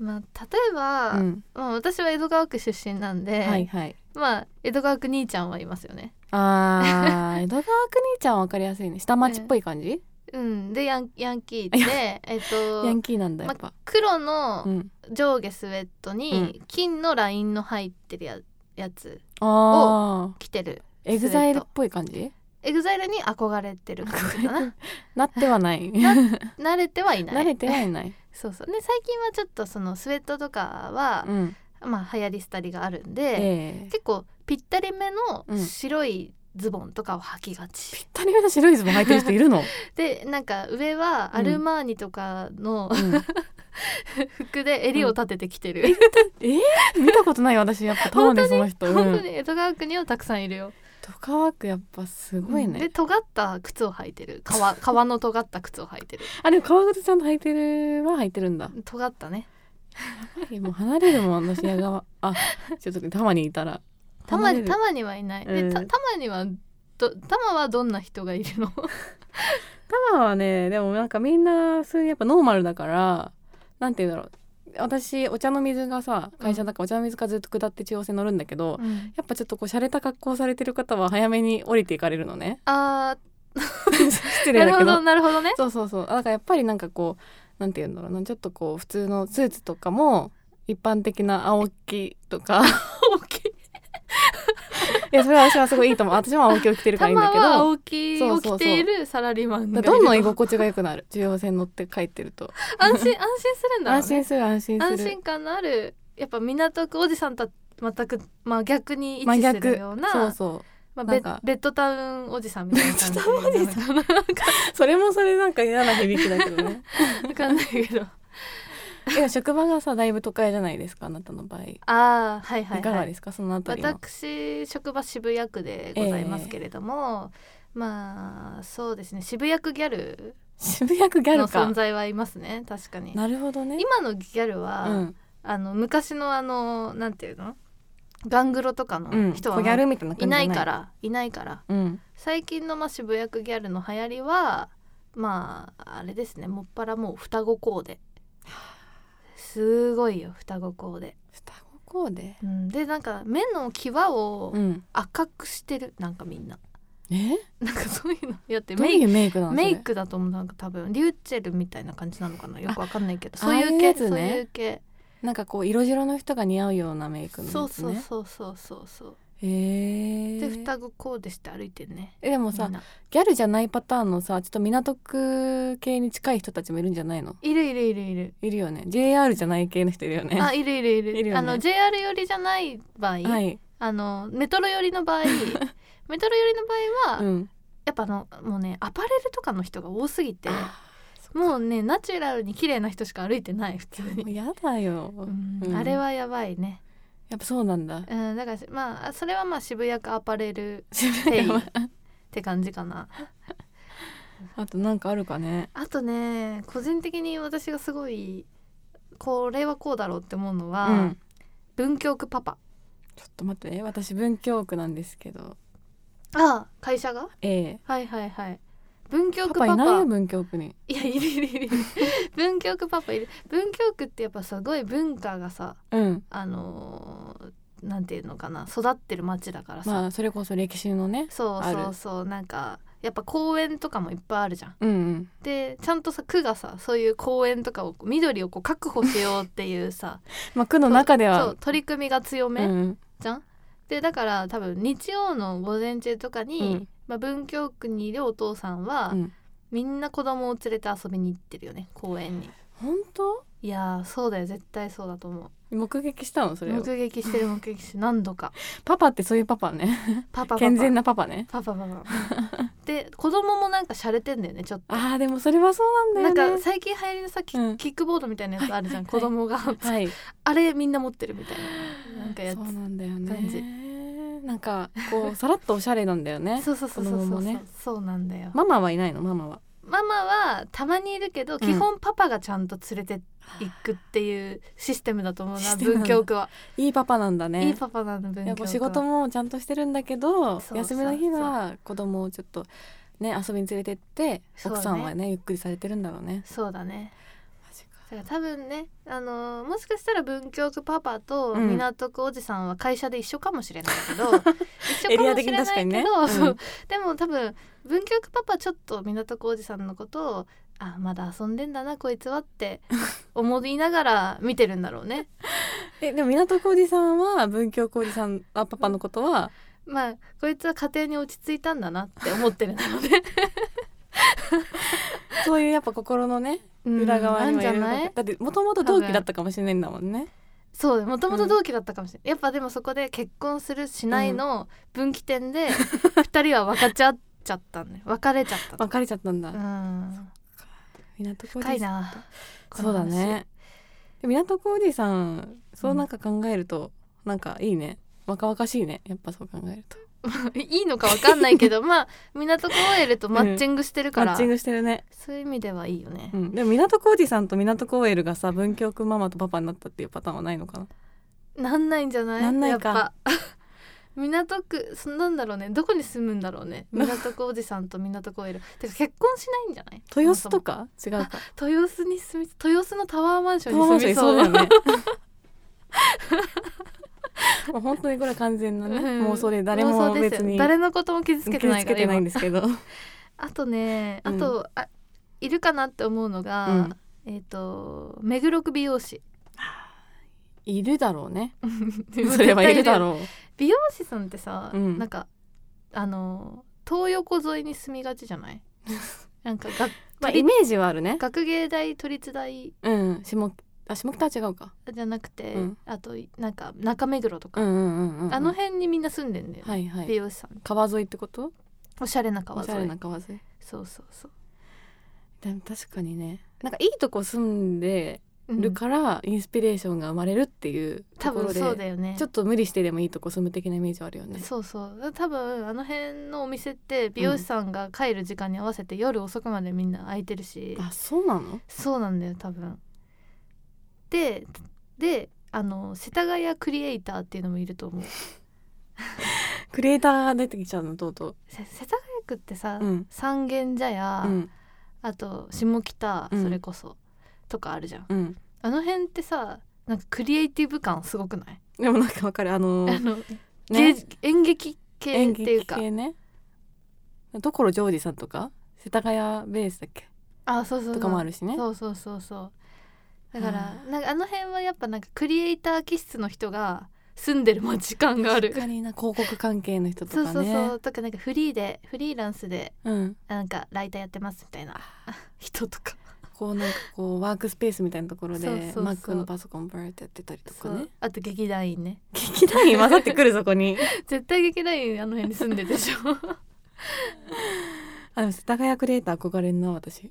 Speaker 1: まあ例えば、
Speaker 2: うん、
Speaker 1: まあ、私は江戸川区出身なんで、
Speaker 2: はいはい
Speaker 1: まあ江戸川区兄ちゃんはいますよね
Speaker 2: あー江戸川くにちゃんわかりやすいね下町っぽい感じ、
Speaker 1: うんでヤンヤンキーでえっ
Speaker 2: ヤン
Speaker 1: と
Speaker 2: キーなんだやっぱ、
Speaker 1: 黒
Speaker 2: う
Speaker 1: の
Speaker 2: ん、
Speaker 1: 上下スウェットに金のラインの入ってるややつ
Speaker 2: あ
Speaker 1: 着てる
Speaker 2: ーエグザイルっぽい感じ
Speaker 1: エグザイルに憧れてる感じかな
Speaker 2: なって はない
Speaker 1: 慣れてはいない
Speaker 2: 慣れてはいない、
Speaker 1: そうそうで最近はちょっとそのスウェットとかは
Speaker 2: う、ん、
Speaker 1: まあ流行り廃りがあるんで、
Speaker 2: ええ
Speaker 1: 結構ぴったりめ
Speaker 2: う
Speaker 1: の
Speaker 2: ん
Speaker 1: 白いズボンとかを履きがち、
Speaker 2: 二人目の白いズボン履いてる人いるの、
Speaker 1: でなんか上はアルマーニとか の、
Speaker 2: うん、
Speaker 1: 服で襟を立ててきてる、
Speaker 2: えー、見たことない私やっぱ友でその人
Speaker 1: 本
Speaker 2: う
Speaker 1: 当
Speaker 2: ん
Speaker 1: に江戸川区にはたくさんいるよ、
Speaker 2: 戸川区やっぱすごいね、
Speaker 1: で尖った靴を履いてる革革の尖った靴を履いてる
Speaker 2: あでも川口さんと履いてるは履いてるんだ
Speaker 1: 尖ったね
Speaker 2: はいもう離れるもん私矢川あちょっとたまにいたら
Speaker 1: たま
Speaker 2: 離れ
Speaker 1: に
Speaker 2: る
Speaker 1: たまにはいない、
Speaker 2: う
Speaker 1: で
Speaker 2: ん
Speaker 1: たたまにはどたまはどんな人がいるの
Speaker 2: ママはねでもなんかみんな普通にやっぱノーマルだからなんて言うんだろう私お茶の水がさ会社だからお茶の水がずっと下って中央線乗るんだけど、
Speaker 1: うん
Speaker 2: やっぱちょっとこう洒落た格好されてる方は早めに降りていかれるの ね
Speaker 1: あ
Speaker 2: 失
Speaker 1: ー
Speaker 2: 礼
Speaker 1: な
Speaker 2: だ
Speaker 1: る
Speaker 2: け
Speaker 1: ほ
Speaker 2: ど
Speaker 1: どなるほどね
Speaker 2: そうそうそうだからやっぱりなんかこうなんて言うんだろうなちょっとこう普通のスーツとかも一般的な青木とか
Speaker 1: 大きい
Speaker 2: いやそれは私はすごいいいと思う私も青木を着てるか
Speaker 1: た
Speaker 2: らいいんだ
Speaker 1: ま
Speaker 2: けど
Speaker 1: は青木
Speaker 2: そ
Speaker 1: を
Speaker 2: うそうそ
Speaker 1: 着
Speaker 2: う
Speaker 1: ているサラリーマンがいる
Speaker 2: だからどんどん居
Speaker 1: 安
Speaker 2: 心地が良くなる中央線乗って帰ってると
Speaker 1: 心安心するんだろう
Speaker 2: 安
Speaker 1: ね
Speaker 2: 心する安心する
Speaker 1: 安心感のあるやっぱ港区おじさんとは全く真逆に位置するような
Speaker 2: そうそう
Speaker 1: まあ、
Speaker 2: な
Speaker 1: ベ
Speaker 2: んか
Speaker 1: ベッドタウンおじさんみたいな感じベッドタウンおじさん
Speaker 2: それもそれなんか嫌な響きだけどね
Speaker 1: わかんないけど
Speaker 2: え職場がさだいぶ都会じゃないですかあなたの場合、い
Speaker 1: ああはいはい、はい、
Speaker 2: かがですかそのあたりの
Speaker 1: 私職場渋谷区でございますけれども、まあそうですね渋谷区ギャル
Speaker 2: 渋谷区ギャ
Speaker 1: の
Speaker 2: ルか
Speaker 1: 存在はいますね確かに
Speaker 2: なるほどね
Speaker 1: 今のギャルは、
Speaker 2: うん
Speaker 1: あの昔のあのなんていうのガングロとか
Speaker 2: うん
Speaker 1: の人
Speaker 2: 人
Speaker 1: は
Speaker 2: ギャルみたいな感
Speaker 1: い
Speaker 2: じじゃ
Speaker 1: ないからいないから
Speaker 2: うん
Speaker 1: 最近のまあ渋谷区ギャルの流行りはまああれですねもっぱらもう双子コーデすごいよ双子コーデ、
Speaker 2: 双子コーデ
Speaker 1: うん、でなんか目の際を
Speaker 2: うん
Speaker 1: 赤くしてるなんかみんな
Speaker 2: え
Speaker 1: なんかそういうのやって
Speaker 2: どう
Speaker 1: メイ
Speaker 2: い
Speaker 1: ク
Speaker 2: うメイクなのそれ
Speaker 1: メイクだと思うなんか多分リューチェルみたいな感じなのかなよくわかんないけど
Speaker 2: あ
Speaker 1: そうい
Speaker 2: ああいうう
Speaker 1: 系
Speaker 2: やつね
Speaker 1: そういう系
Speaker 2: なんかこう色白の人が似合うようなメイクのやつね
Speaker 1: そうそうそうそうそうそう
Speaker 2: へえ
Speaker 1: で双子コーデして歩いてるね
Speaker 2: えでも
Speaker 1: み
Speaker 2: さ
Speaker 1: んな
Speaker 2: ギャルじゃないパターンのさちょっと港区系に近い人たちもいるんじゃないの
Speaker 1: いるいるいるいる
Speaker 2: いるよね JR じゃない系の人いるよね
Speaker 1: あいるいるいる
Speaker 2: いるよね
Speaker 1: あの JR 寄りじゃない場合、
Speaker 2: はい
Speaker 1: あのメトロ寄りの 場合メトロ寄りの場合は、
Speaker 2: うん
Speaker 1: やっぱあのもうねアパレルとかの人が多すぎて
Speaker 2: あ
Speaker 1: もうねナチュラルに綺麗な人しか歩いてない普通
Speaker 2: もう
Speaker 1: に、
Speaker 2: やだよ、
Speaker 1: うん
Speaker 2: うん
Speaker 1: あれはやばいね
Speaker 2: やっぱそうな んだ
Speaker 1: うんだからまあそれはまあ渋谷区アパレル店員って感じかな
Speaker 2: あとなんかあるかね
Speaker 1: あとね個人的に私がすごいこれはこうだろうって思うのは、
Speaker 2: うん
Speaker 1: 文京区パパ
Speaker 2: ちょっと待ってね私文京区なんですけど
Speaker 1: ああ会社が
Speaker 2: ええ
Speaker 1: はいはいはい文京
Speaker 2: パ
Speaker 1: 区
Speaker 2: パ
Speaker 1: パパ
Speaker 2: いないよ文京区に
Speaker 1: いやいるいるいる 文京区パパいる文京区ってやっぱすごい文化がさ
Speaker 2: うん
Speaker 1: あのーなんていうのかな育ってる町だからさ、
Speaker 2: まあそれこそ歴史のね
Speaker 1: そう
Speaker 2: ある
Speaker 1: そうそうなんかやっぱ公園とかもいっぱいあるじゃん
Speaker 2: うんうん
Speaker 1: でちゃんとさ区がさそういう公園とかを緑をこう確保しようっていうさ
Speaker 2: まあ区の中で
Speaker 1: そ
Speaker 2: は
Speaker 1: う取り組みが強め、
Speaker 2: うん
Speaker 1: じゃんでだから多分日曜の午前中とかに、
Speaker 2: うん
Speaker 1: まあ、文京区にいるお父さんは、
Speaker 2: うん
Speaker 1: みんな子供を連れて遊びに行ってるよね公園に
Speaker 2: 本当
Speaker 1: いやーそうだよ絶対そうだと思う
Speaker 2: 目撃したのそれを
Speaker 1: 目撃してる 目撃してる何度か
Speaker 2: パパってそういうパパね
Speaker 1: パパパパ
Speaker 2: 健全なパパね
Speaker 1: パパパパで子供もなんか洒落てんだよねちょっと
Speaker 2: あーでもそれはそうな
Speaker 1: なんん
Speaker 2: だよね
Speaker 1: か最近流行りのさキ,、
Speaker 2: うん
Speaker 1: キックボードみたいなやつあるじゃん、
Speaker 2: はい
Speaker 1: 子供が、
Speaker 2: はい
Speaker 1: あれみんな持ってるみたいななんかやつ
Speaker 2: そうなんだよね
Speaker 1: 感じ
Speaker 2: なんかこうさらっとおしゃれなんだよ ね
Speaker 1: そうそうそうそうそ
Speaker 2: 子供
Speaker 1: う、
Speaker 2: もね
Speaker 1: そうなんだよ
Speaker 2: ママはいないのママは
Speaker 1: ママはたまにいるけど基本パパがちゃんと連れて行くっていうシステムだと思う
Speaker 2: シ
Speaker 1: な
Speaker 2: ステムな
Speaker 1: 文
Speaker 2: んだ
Speaker 1: 京区はい
Speaker 2: いパパなんだね
Speaker 1: いいパパなの文京
Speaker 2: やっ
Speaker 1: 区
Speaker 2: ぱ
Speaker 1: は
Speaker 2: 仕事もちゃんとしてるんだけ
Speaker 1: そ
Speaker 2: ど
Speaker 1: うそう
Speaker 2: 休みの日は子供をちょっとね遊びに連れてって、
Speaker 1: そうね
Speaker 2: 奥さんはねゆっくりされてるんだろうね
Speaker 1: そうだね
Speaker 2: マジか
Speaker 1: だから多分ねあのーもしかしたら文京区パパと
Speaker 2: うん
Speaker 1: 港区おじさんは会社で一緒かもしれないけ ど、一緒
Speaker 2: エリ
Speaker 1: か
Speaker 2: ア
Speaker 1: もし
Speaker 2: 的
Speaker 1: れ
Speaker 2: に
Speaker 1: ない
Speaker 2: 確か
Speaker 1: け
Speaker 2: に
Speaker 1: ど、
Speaker 2: ね
Speaker 1: そう
Speaker 2: うん
Speaker 1: でも多分文京区パパはちょっと港区おじさんのことをあまだ遊んでんだなこいつはって思いながら見てるんだろうね
Speaker 2: えでも港浩二さんは文京浩二さんあパパのこと は
Speaker 1: まあこいつは家庭に落ち着いたんだなって思ってるだろうね
Speaker 2: そういうやっぱ心のね
Speaker 1: うん
Speaker 2: 裏側に
Speaker 1: あん
Speaker 2: もい
Speaker 1: じゃ
Speaker 2: ろいろ
Speaker 1: な
Speaker 2: だ
Speaker 1: い
Speaker 2: ってもともと同期だったかもしれないんだもんね
Speaker 1: そうもともと同期だったかもしれない、やっぱでもそこで結婚するしないの分岐点で二人は分かち合っちゃった んで別れちゃった
Speaker 2: 別れちゃったんだ、
Speaker 1: うん
Speaker 2: 港浩
Speaker 1: 深い
Speaker 2: 二さん
Speaker 1: な
Speaker 2: そうだねで港浩二さんそうなんか考えると、なんかいいね若々しいねやっぱそう考えると
Speaker 1: この話いいのか分かんない けどまあ港区 OL とマッチングしてるか
Speaker 2: マ
Speaker 1: ら、
Speaker 2: ッチングしてるね
Speaker 1: そういう意味ではいいよね、
Speaker 2: うん、でも港浩二さんと港コエルがさ文京区ママとパパになったっていうパターンはないのかな
Speaker 1: なんないんじゃない
Speaker 2: なんないか
Speaker 1: やっぱ港区そなんだろうねどこに住むんだろうね港区おじさんと港区 OL てか結婚しないんじゃない
Speaker 2: 豊洲と
Speaker 1: か
Speaker 2: か違うか
Speaker 1: 豊洲に住み豊洲のタワーマンション
Speaker 2: タワーマン
Speaker 1: に
Speaker 2: ショ
Speaker 1: 住
Speaker 2: ン
Speaker 1: みそう
Speaker 2: いそ
Speaker 1: う
Speaker 2: だ
Speaker 1: だ
Speaker 2: よね もう本当にこれは完全なね、
Speaker 1: うん
Speaker 2: 妄想で誰も
Speaker 1: 妄想です
Speaker 2: 別
Speaker 1: よ
Speaker 2: に
Speaker 1: 誰のことも傷つけて
Speaker 2: 受け
Speaker 1: ない
Speaker 2: 付
Speaker 1: か
Speaker 2: け
Speaker 1: ら
Speaker 2: てないん
Speaker 1: 今
Speaker 2: ですけど
Speaker 1: あとね
Speaker 2: う
Speaker 1: あ
Speaker 2: ん
Speaker 1: と、あいるかなって思うのが、
Speaker 2: うん
Speaker 1: えっ、と目黒区美容師
Speaker 2: いるだろうね
Speaker 1: そ
Speaker 2: それはいるだろう
Speaker 1: 美容師さんってさ、
Speaker 2: うん
Speaker 1: なんかあの東横沿いに住みがちじゃない なんかが、
Speaker 2: まあ
Speaker 1: 都立
Speaker 2: イメージはあるね
Speaker 1: 学芸大都立大
Speaker 2: うん下あ下北は違うか
Speaker 1: じゃなくて、
Speaker 2: うん
Speaker 1: あとなんか中目黒と
Speaker 2: う
Speaker 1: か、
Speaker 2: んうんうんうん
Speaker 1: あの辺にみんな住んでんだよね、
Speaker 2: はいは
Speaker 1: 美
Speaker 2: い
Speaker 1: 容師さん
Speaker 2: 川沿いってこと
Speaker 1: おしゃれな
Speaker 2: お
Speaker 1: 川
Speaker 2: しゃれ
Speaker 1: 沿い
Speaker 2: な川沿い
Speaker 1: そうそうそう
Speaker 2: でも確かにねなんかいいとこ住んでるからインスピレーションが生まれるっていうと
Speaker 1: 多
Speaker 2: ころ
Speaker 1: 分
Speaker 2: で、
Speaker 1: そうだよね
Speaker 2: ちょっと無理してでもいいとこ住む的なイメージはあるよね。
Speaker 1: そうそう多分あの辺のお店って美容師さんが帰る時間に合わせて夜遅くまでみんな空いてるし、
Speaker 2: あそうなの
Speaker 1: そうなんだよ多分でであの世田谷クリエイターっていうのもいると思う
Speaker 2: クリエイターが出てきちゃうのとうとう。
Speaker 1: せ世田谷区ってさ、
Speaker 2: うん
Speaker 1: 三軒茶屋、
Speaker 2: うん
Speaker 1: あと下北
Speaker 2: うん
Speaker 1: それこそ、とかあるじゃん
Speaker 2: うん、
Speaker 1: あの辺ってさなんかクリエイティブ感すごくない、
Speaker 2: でもなんかわかるあ の
Speaker 1: あの
Speaker 2: ね
Speaker 1: 芸演劇系
Speaker 2: 演
Speaker 1: っていう
Speaker 2: 劇
Speaker 1: か
Speaker 2: 系ね所ジョージさんとか世田谷ベースだっけ
Speaker 1: あそうそうそう
Speaker 2: とかもあるしね
Speaker 1: そうそうそうそうだから
Speaker 2: あ
Speaker 1: なんかあの辺はやっぱなんかクリエイター気質の人が住んでる時間がある
Speaker 2: 確かにな広告関係の人と か
Speaker 1: そう
Speaker 2: ね
Speaker 1: そうそうとかなんかフリーでフリーランスで
Speaker 2: うん、
Speaker 1: なんかライターやってますみたいな人とか
Speaker 2: こうなんかこうワークスペースみたいなところで
Speaker 1: そうそうそう
Speaker 2: Mac のパソコンバーってやってたりとか
Speaker 1: そ
Speaker 2: ね
Speaker 1: うあと劇団員ね
Speaker 2: 劇団員混ざってくるそこに
Speaker 1: 絶対劇団員あの辺に住んでるで しょ
Speaker 2: あでも世田谷クリエイター憧れんな私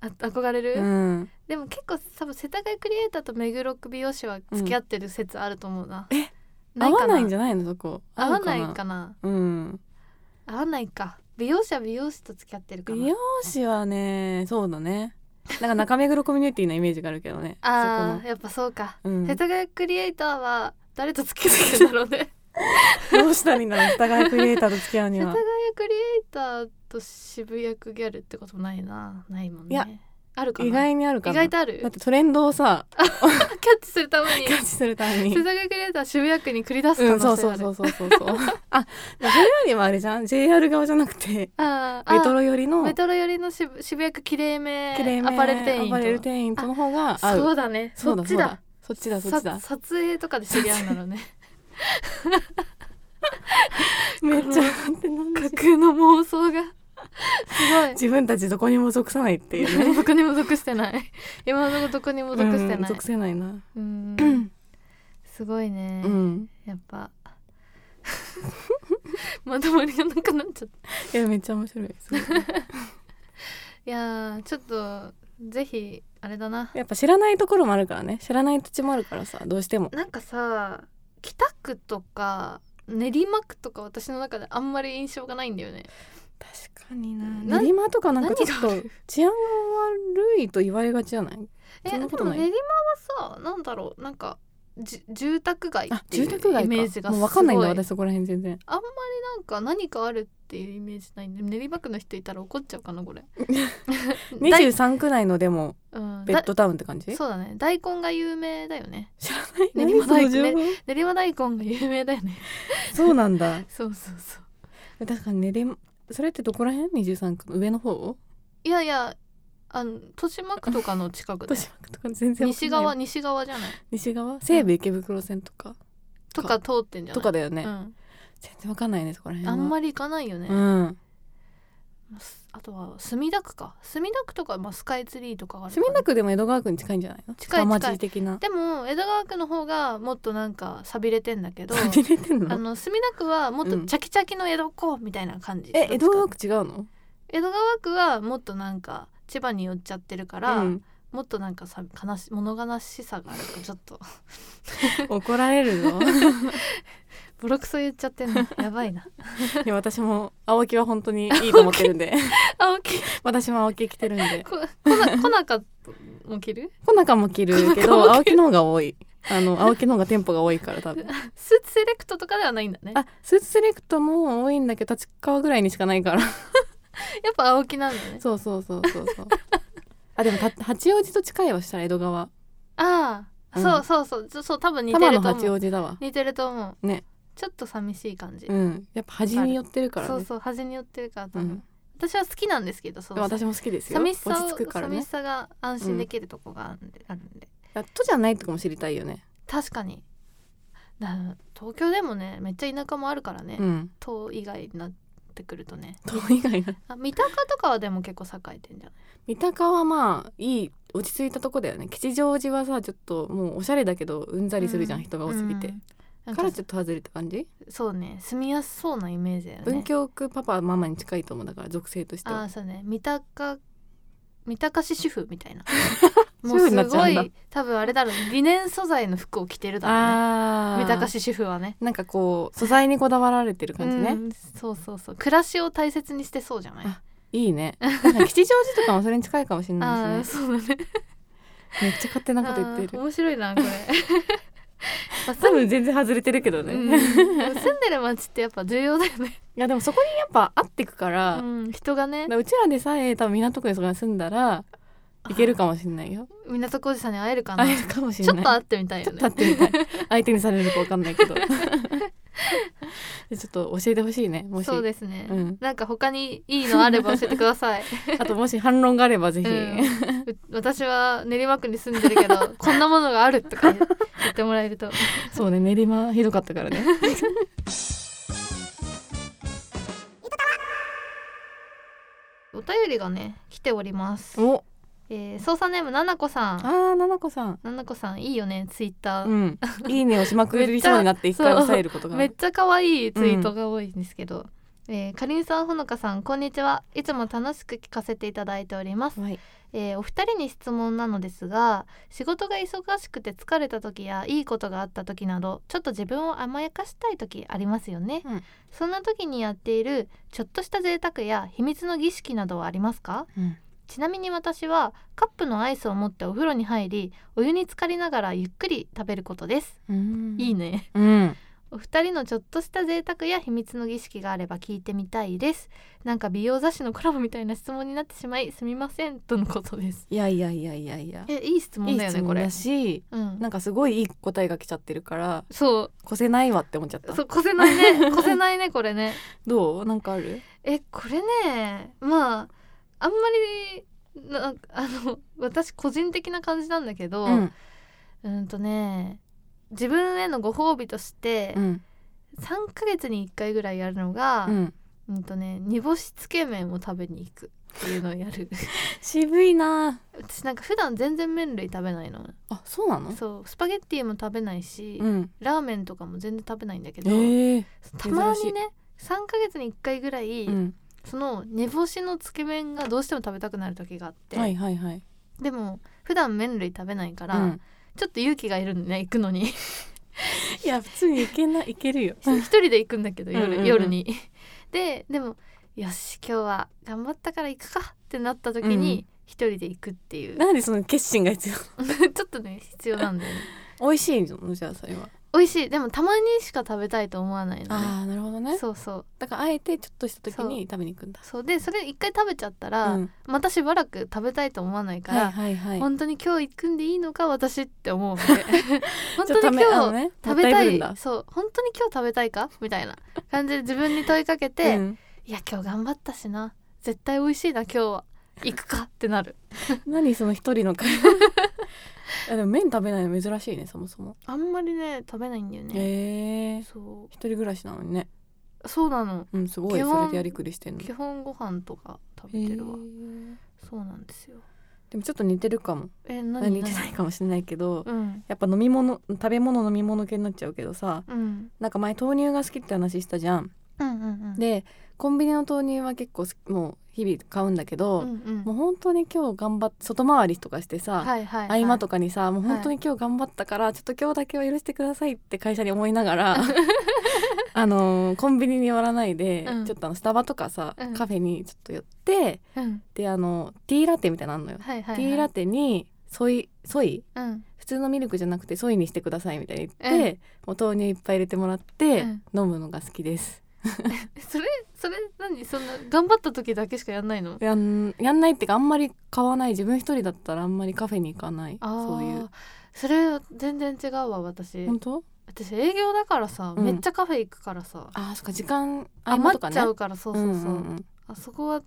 Speaker 1: あ憧れる、
Speaker 2: うん
Speaker 1: でも結構多分世田谷クリエイターと目黒区美容師は付き合ってる説あると思うな、
Speaker 2: え
Speaker 1: な
Speaker 2: 合
Speaker 1: いか
Speaker 2: わ
Speaker 1: な
Speaker 2: ないんじゃないのそこ
Speaker 1: 合わない
Speaker 2: 合う
Speaker 1: かな
Speaker 2: うん
Speaker 1: 合わないか美容師は美容師と付き合ってるかな
Speaker 2: 美容師はねそうだねなんか中目黒コミュニティなイメージがあるけどね
Speaker 1: あー
Speaker 2: そ
Speaker 1: やっぱそうか、
Speaker 2: この、うん、
Speaker 1: 世田谷クリエイターは誰と付き合ってるんだろう ね
Speaker 2: どうしたらいいんだろう世田谷クリエイターと付き合うに
Speaker 1: 世田
Speaker 2: は
Speaker 1: 谷クリエイターと渋谷区ギャルってことないなないもんね
Speaker 2: いや
Speaker 1: あるかな
Speaker 2: 意外にあるか
Speaker 1: 意
Speaker 2: な
Speaker 1: 外とある
Speaker 2: だってトレンドをさ
Speaker 1: キャッチするために
Speaker 2: キャッチするために
Speaker 1: 世田谷クリエイターは渋谷区に繰り出す
Speaker 2: う
Speaker 1: 可能
Speaker 2: ん、そ
Speaker 1: 性
Speaker 2: うそ
Speaker 1: ある、
Speaker 2: うそうそうそうそうあでもそれよりもあれじゃん JR 側じゃなくて
Speaker 1: あーあ
Speaker 2: メトロ寄りの
Speaker 1: メトロ寄りの渋渋谷区きれいめ
Speaker 2: きれいめ
Speaker 1: アパレル店員と
Speaker 2: アパレル店員との方が合う
Speaker 1: そうだね
Speaker 2: そ
Speaker 1: そう
Speaker 2: だ
Speaker 1: っちだ
Speaker 2: そうだそっちだそっちだ
Speaker 1: さ撮影とかで知り合うんだろ うね
Speaker 2: めっちゃ待ってなんだ
Speaker 1: 架空の妄想 がすごい
Speaker 2: 自分たちどこにも属さないっていうね
Speaker 1: ねどこにも属して ない今のところどこにも属して
Speaker 2: うん
Speaker 1: ない
Speaker 2: 属せないな
Speaker 1: うんすごいね、
Speaker 2: うん
Speaker 1: やっぱ まとまりがなくなっちゃった
Speaker 2: いやめっちゃ面白いすごい
Speaker 1: いやーちょっとぜひあれだな
Speaker 2: やっぱ知らないところもあるからね知らない土地もあるからさどうしても
Speaker 1: なんかさ北区とか練馬区とか私の中であんまり印象がないんだよね
Speaker 2: 確かに
Speaker 1: な
Speaker 2: 練馬とかなんかちょっ
Speaker 1: 何があ
Speaker 2: と治安が悪いと言われがちじゃない
Speaker 1: えで
Speaker 2: そんな
Speaker 1: も
Speaker 2: ことない
Speaker 1: 練馬はさなんだろうなんかじ住宅街
Speaker 2: あ
Speaker 1: っていう
Speaker 2: 住宅街か
Speaker 1: イメージがす
Speaker 2: もう
Speaker 1: ごい
Speaker 2: 分かんないんだ私そこら辺全然
Speaker 1: あんまりなんか何かあるっていうイメージないんで練馬区の人いたら怒っちゃうかなこ れ大
Speaker 2: 23区内のでも
Speaker 1: うん
Speaker 2: ベッドタウンって感じ
Speaker 1: だそうだね大根が有名だよね
Speaker 2: 知らない
Speaker 1: 練
Speaker 2: 何
Speaker 1: 馬
Speaker 2: その
Speaker 1: 大
Speaker 2: 情
Speaker 1: 根
Speaker 2: 報
Speaker 1: 練馬大根が有名だよね
Speaker 2: そうなんだ
Speaker 1: そうそうそう
Speaker 2: 確かに練馬それってどこら辺23区の上の方
Speaker 1: いやいやあの豊島区とかの近くで
Speaker 2: 豊島区とか全然わかんない
Speaker 1: 西側西側じゃない
Speaker 2: 西側西武池袋線とか
Speaker 1: とか通ってんじゃない
Speaker 2: とかだよね、
Speaker 1: う
Speaker 2: 全然わかんないねそこら
Speaker 1: ん、
Speaker 2: 辺は
Speaker 1: あんまり行かないよね、
Speaker 2: うん
Speaker 1: あとは墨田区か墨田区とか、まあ、スカイツリーとかがあるか
Speaker 2: 墨
Speaker 1: ら
Speaker 2: 田区でも江戸川区に近いんじゃないの
Speaker 1: 近い
Speaker 2: 下
Speaker 1: 近
Speaker 2: 町
Speaker 1: い
Speaker 2: 的な
Speaker 1: でも江戸川区の方がもっとなんか寂れてんだ けど
Speaker 2: 見れてん
Speaker 1: あ
Speaker 2: の
Speaker 1: の墨田区はもっと
Speaker 2: うん
Speaker 1: チャキチャキの江戸っ子みたいな感じ、
Speaker 2: え江戸川
Speaker 1: 区
Speaker 2: 区違うの
Speaker 1: 江戸川区はもっとなんか千葉に寄っちゃってるから、
Speaker 2: うん、
Speaker 1: もっとなんかさ悲し物悲しさがあるからちょっと
Speaker 2: 怒られるぞ
Speaker 1: ボロクソ言っちゃってんのやばいな
Speaker 2: いや私も青木は本当にいいと思ってるんで
Speaker 1: 青木
Speaker 2: 私も青木着てるんで
Speaker 1: ここなこなかも着る
Speaker 2: コナカも着る
Speaker 1: コナカ
Speaker 2: け
Speaker 1: も着
Speaker 2: ど
Speaker 1: る
Speaker 2: 青木の方が多いあ の青木の方が店舗が多いから多分
Speaker 1: スーツセレクトとかではないんだね
Speaker 2: あスーツセレクトも多いんだけど立川ぐらいにしかないから
Speaker 1: やっぱ青木なんだね
Speaker 2: そうそうそうそうそうあでもた八王子と近いはしたら江戸川
Speaker 1: ああ、
Speaker 2: うん
Speaker 1: そうそうそうそうそう多分似
Speaker 2: 多摩
Speaker 1: てる
Speaker 2: の
Speaker 1: と
Speaker 2: 八
Speaker 1: 思う
Speaker 2: 王子だわ
Speaker 1: 似てると思う
Speaker 2: ね
Speaker 1: ちょっと寂しい感じ、
Speaker 2: うんやっぱ端に寄ってるからね
Speaker 1: そうそう端に寄ってるから多
Speaker 2: う
Speaker 1: 分、
Speaker 2: ん、
Speaker 1: 私は好きなんですけどそ
Speaker 2: でも
Speaker 1: の
Speaker 2: 私も好きですよ
Speaker 1: 寂しさ
Speaker 2: 落ち
Speaker 1: を、
Speaker 2: 着くから
Speaker 1: 寂
Speaker 2: ね
Speaker 1: しさが安心できるとこがあるんで,、あるんで
Speaker 2: やっとじゃないとこも知りたいよね
Speaker 1: 確かにだ東京でもねめっちゃ田舎もあるからね、
Speaker 2: うん
Speaker 1: 東以外になってくるとね
Speaker 2: 遠い以外な
Speaker 1: あ三鷹とかはでも結構栄えてんじゃない
Speaker 2: 三鷹はまあいい落ち着いたとこだよね吉祥寺はさちょっともうおしゃれだけどうんざりするじゃん、
Speaker 1: う
Speaker 2: 人が多すぎて、
Speaker 1: うんなん
Speaker 2: か
Speaker 1: から
Speaker 2: ちょっと外れた感じ、
Speaker 1: そうね住みやすそうなイメージだよね
Speaker 2: 文京区パパママに近いと思うだから属性として
Speaker 1: あ
Speaker 2: は
Speaker 1: あそうね三鷹三鷹市主婦み たいなもう
Speaker 2: 主婦にな
Speaker 1: す
Speaker 2: っちゃ
Speaker 1: ご
Speaker 2: うんだ
Speaker 1: い多分あれだろうリネン素材の服を着てるだろうね
Speaker 2: あ
Speaker 1: 三
Speaker 2: 三
Speaker 1: 鷹
Speaker 2: 鷹市
Speaker 1: 市主婦はね
Speaker 2: なんかこう素材にこだわられてる感じね、
Speaker 1: うんそうそうそう暮らしを大切にしてそうじゃない
Speaker 2: あいいねなんか吉祥寺とかもそれに近いかもしれ
Speaker 1: あ
Speaker 2: ない
Speaker 1: ー
Speaker 2: です
Speaker 1: そうだね
Speaker 2: ねめっちゃ勝手なこと言って
Speaker 1: あー
Speaker 2: る
Speaker 1: 面白いなこれ まあ
Speaker 2: 多分全然外れてるけどね、
Speaker 1: うん
Speaker 2: い
Speaker 1: 住んでる町ってやっぱ重要だよ ね、
Speaker 2: やでもそこにやっぱ合ってくから,、
Speaker 1: うん、人がね
Speaker 2: うちらでさえ多分港区でそこに住んだらいけるかもしれないよ
Speaker 1: 港小路さんに会えるかな
Speaker 2: 会えるかもしれ
Speaker 1: ちょ
Speaker 2: な
Speaker 1: っ
Speaker 2: い
Speaker 1: と会ってみたい
Speaker 2: ち
Speaker 1: よ
Speaker 2: ょっ
Speaker 1: ね
Speaker 2: と会ってみたい相手にされるかわかんない けどでちょっと教えてほしいねもし
Speaker 1: そうですね、
Speaker 2: うん
Speaker 1: なんか他にいいのあれば教えてくだ さい、
Speaker 2: あともし反論があればぜひ、
Speaker 1: うんう私は練馬区に住んでるけ どこんなものがあるとか言ってもらえると
Speaker 2: そうね練馬ひどかったからね
Speaker 1: お便りがね来ております
Speaker 2: お
Speaker 1: えー、操作ネームななこさ
Speaker 2: あ
Speaker 1: ん
Speaker 2: ーななこさん
Speaker 1: ななこさんいいよねツイッター、
Speaker 2: うん、いいねをしまくりそうになって一回抑えることが
Speaker 1: めっちゃ可愛いツイートが多いんですけど、えーかりんさんほのかさんこんにちはいつも楽しく聞かせていただいております、
Speaker 2: はい
Speaker 1: えーお二人に質問なのですが仕事が忙しくて疲れた時やいいことがあった時などちょっと自分を甘やかしたい時ありますよね、
Speaker 2: うん
Speaker 1: そんな時にやっているちょっとした贅沢や秘密の儀式などはありますか
Speaker 2: うん
Speaker 1: ちなみに私はカップのアイスを持ってお風呂に入りお湯に浸かりながらゆっくり食べることです、
Speaker 2: うん
Speaker 1: いいね
Speaker 2: うん
Speaker 1: お二人のちょっとした贅沢や秘密の儀式があれば聞いてみたいですなんか美容雑誌のコラボみたいな質問になってしまいすみませんとのことです
Speaker 2: いやいやいやいやいや
Speaker 1: えいい質
Speaker 2: い
Speaker 1: 問
Speaker 2: い
Speaker 1: だよ
Speaker 2: 質
Speaker 1: ねこ
Speaker 2: 問
Speaker 1: れ
Speaker 2: だし
Speaker 1: うん
Speaker 2: なんかすごいいい答えが来ちゃってるから
Speaker 1: そ
Speaker 2: 越せないわって思っちゃっ
Speaker 1: う
Speaker 2: た
Speaker 1: そうこせない ねこせないねこれね
Speaker 2: どうなんかある
Speaker 1: えこれねまああんまりなあの私個人的な感じなんだけど、
Speaker 2: うん
Speaker 1: うんとね自分へのご褒美として
Speaker 2: うん
Speaker 1: 3ヶ月に1回ぐらいやるのが、
Speaker 2: うん
Speaker 1: うんとね煮干しつけ麺を食べに行くっていうのをや る
Speaker 2: 渋いな
Speaker 1: 私なんか普段全然麺類食べないの
Speaker 2: あそうなの
Speaker 1: そうスパゲッティも食べないし、
Speaker 2: うん
Speaker 1: ラーメンとかも全然食べないんだけど、
Speaker 2: ええ
Speaker 1: たまにね3ヶ月に1回ぐらい、
Speaker 2: うん
Speaker 1: その煮干しのつけ麺がどうしても食べたくなる時があって、
Speaker 2: はいはいはい
Speaker 1: でも普段麺類食べないから、
Speaker 2: うん
Speaker 1: ちょっと勇気がいるんでね行くのに
Speaker 2: いや普通にいけないいけるよ
Speaker 1: 一人で行くんだけど夜,、
Speaker 2: うんうんうん
Speaker 1: 夜にででもよし今日は頑張ったから行くかってなった時
Speaker 2: うんう
Speaker 1: に一人で行くっていう、
Speaker 2: なんでその決心が必要
Speaker 1: ちょっとね必要なんだよね
Speaker 2: 美味しいのじゃあそれは
Speaker 1: 美味しいでもたまにしか食べたいと思わないのね
Speaker 2: ああなるほどね
Speaker 1: そうそう
Speaker 2: だからあえてちょっとした時に食べに行くんだ
Speaker 1: そうでそれ一回食べちゃったら、
Speaker 2: うん
Speaker 1: またしばらく食べたいと思わないから、
Speaker 2: はいはいはい
Speaker 1: 本当に今日行くんでいいのか私って思うので本 当に
Speaker 2: ちょっとためあの
Speaker 1: 今日
Speaker 2: ね
Speaker 1: 食べた
Speaker 2: もっぶる
Speaker 1: い
Speaker 2: んだ
Speaker 1: そう本当に今日食べたいかみたいな感じで自分に問いかけて、
Speaker 2: うん
Speaker 1: いや今日頑張ったしな絶対美味しいな今日は行くかってなる
Speaker 2: 何その一人の会話でも麺食べ ないの珍しいねそもそも
Speaker 1: あんまりね食べないんだよね、
Speaker 2: へえ
Speaker 1: そ
Speaker 2: 一人暮らしなのにね
Speaker 1: うそうなの
Speaker 2: うんすごい
Speaker 1: 基本
Speaker 2: それでやりくりしてんの
Speaker 1: 基本ご飯とか食
Speaker 2: へ
Speaker 1: べ
Speaker 2: え
Speaker 1: てるわ、そうなんですよ
Speaker 2: でもちょっと似てるかも
Speaker 1: え
Speaker 2: あ
Speaker 1: 何
Speaker 2: 似てない
Speaker 1: 何
Speaker 2: かもしれないけど
Speaker 1: うん
Speaker 2: やっぱ飲み物食べ物飲み物系になっちゃうけどさ
Speaker 1: うん
Speaker 2: なんか前豆乳が好きって話したじゃん
Speaker 1: うんうんうん
Speaker 2: でコンビニの豆乳は結構好きもう日々買うんだけど、
Speaker 1: うんうん
Speaker 2: もう本当に今日頑張って外回りとかしてさ、
Speaker 1: はいはいはい
Speaker 2: 合間とかにさ、もう本当に今日頑張ったから、ちょっと今日だけは許してくださいって会社に思いながら あのーコンビニに寄らないで、
Speaker 1: うん
Speaker 2: ちょっとあのスタバとかさ、
Speaker 1: うん
Speaker 2: カフェにちょっと寄って
Speaker 1: うん
Speaker 2: であのティーラテみたいなのあんのよ、
Speaker 1: はいはいはい
Speaker 2: ティーラテにソイソイ
Speaker 1: うん
Speaker 2: 普通のミルクじゃなくてソイにしてくださいみたいに言って、もう豆乳いっぱい入れてもらって、
Speaker 1: うん
Speaker 2: 飲むのが好きです
Speaker 1: それそれ何そんな頑張った時だけしかやんないの
Speaker 2: やんやんないっていうかあんまり買わない自分一人だったらあんまりカフェに行かない
Speaker 1: あー
Speaker 2: そういう
Speaker 1: それ全然違うわ私
Speaker 2: 本当
Speaker 1: 私営業だからさ、
Speaker 2: うん
Speaker 1: めっちゃカフェ行くからさ
Speaker 2: あーそっか時間合間
Speaker 1: 余
Speaker 2: とか
Speaker 1: っ
Speaker 2: ね
Speaker 1: ちゃうからそうそうそう、
Speaker 2: んんん
Speaker 1: あそこは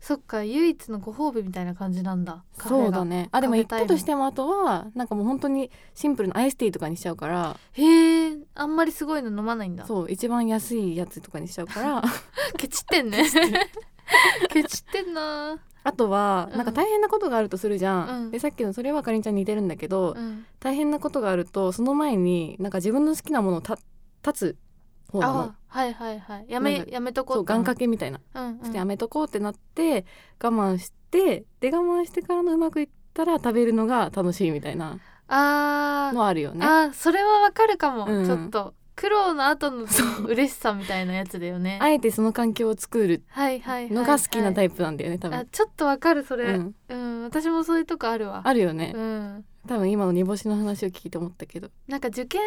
Speaker 1: そっか唯一のご褒美みたいな感じなんだカフェが
Speaker 2: そうだねあでも
Speaker 1: カフ
Speaker 2: 行
Speaker 1: ェ
Speaker 2: っ
Speaker 1: タイ
Speaker 2: た
Speaker 1: ム
Speaker 2: としてもあとはなんかもう本当にシンプルなアイスティーとかにしちゃうから
Speaker 1: へえあんまりすごいの飲まないんだ
Speaker 2: そう一番安いやつとかにしちゃうから
Speaker 1: ケチってんね ケチってんな
Speaker 2: あとは
Speaker 1: うん
Speaker 2: なんか大変なことがあるとするじゃん、
Speaker 1: うん
Speaker 2: でさっきのそれはかりんちゃんに似てるんだけど、
Speaker 1: うん
Speaker 2: 大変なことがあるとその前になんか自分の好きなものをた立つ方なの
Speaker 1: あはいはいはいや
Speaker 2: な
Speaker 1: め
Speaker 2: んか
Speaker 1: やめとこ
Speaker 2: そう願掛
Speaker 1: け
Speaker 2: けみたいな、
Speaker 1: うんうん
Speaker 2: してやめとこうってなって我慢しでで我慢してからのうまくいったら食べるのが楽しいみたいな
Speaker 1: あー
Speaker 2: のあるよね。
Speaker 1: あーそれはわかるかも、
Speaker 2: うん
Speaker 1: ちょっと苦労の後の嬉しさみたいなやつだよね
Speaker 2: あえてその環境を作る
Speaker 1: はいはいはい
Speaker 2: のが好きなタ
Speaker 1: イ
Speaker 2: イプなんだよね多
Speaker 1: あ
Speaker 2: 分。
Speaker 1: ちょっとわかるそれ、う、
Speaker 2: うんん、
Speaker 1: 私もそういうとこあるわ
Speaker 2: あるよね
Speaker 1: う。ん
Speaker 2: 多分今の煮干しの話を聞いて思ったけど。
Speaker 1: なんか受験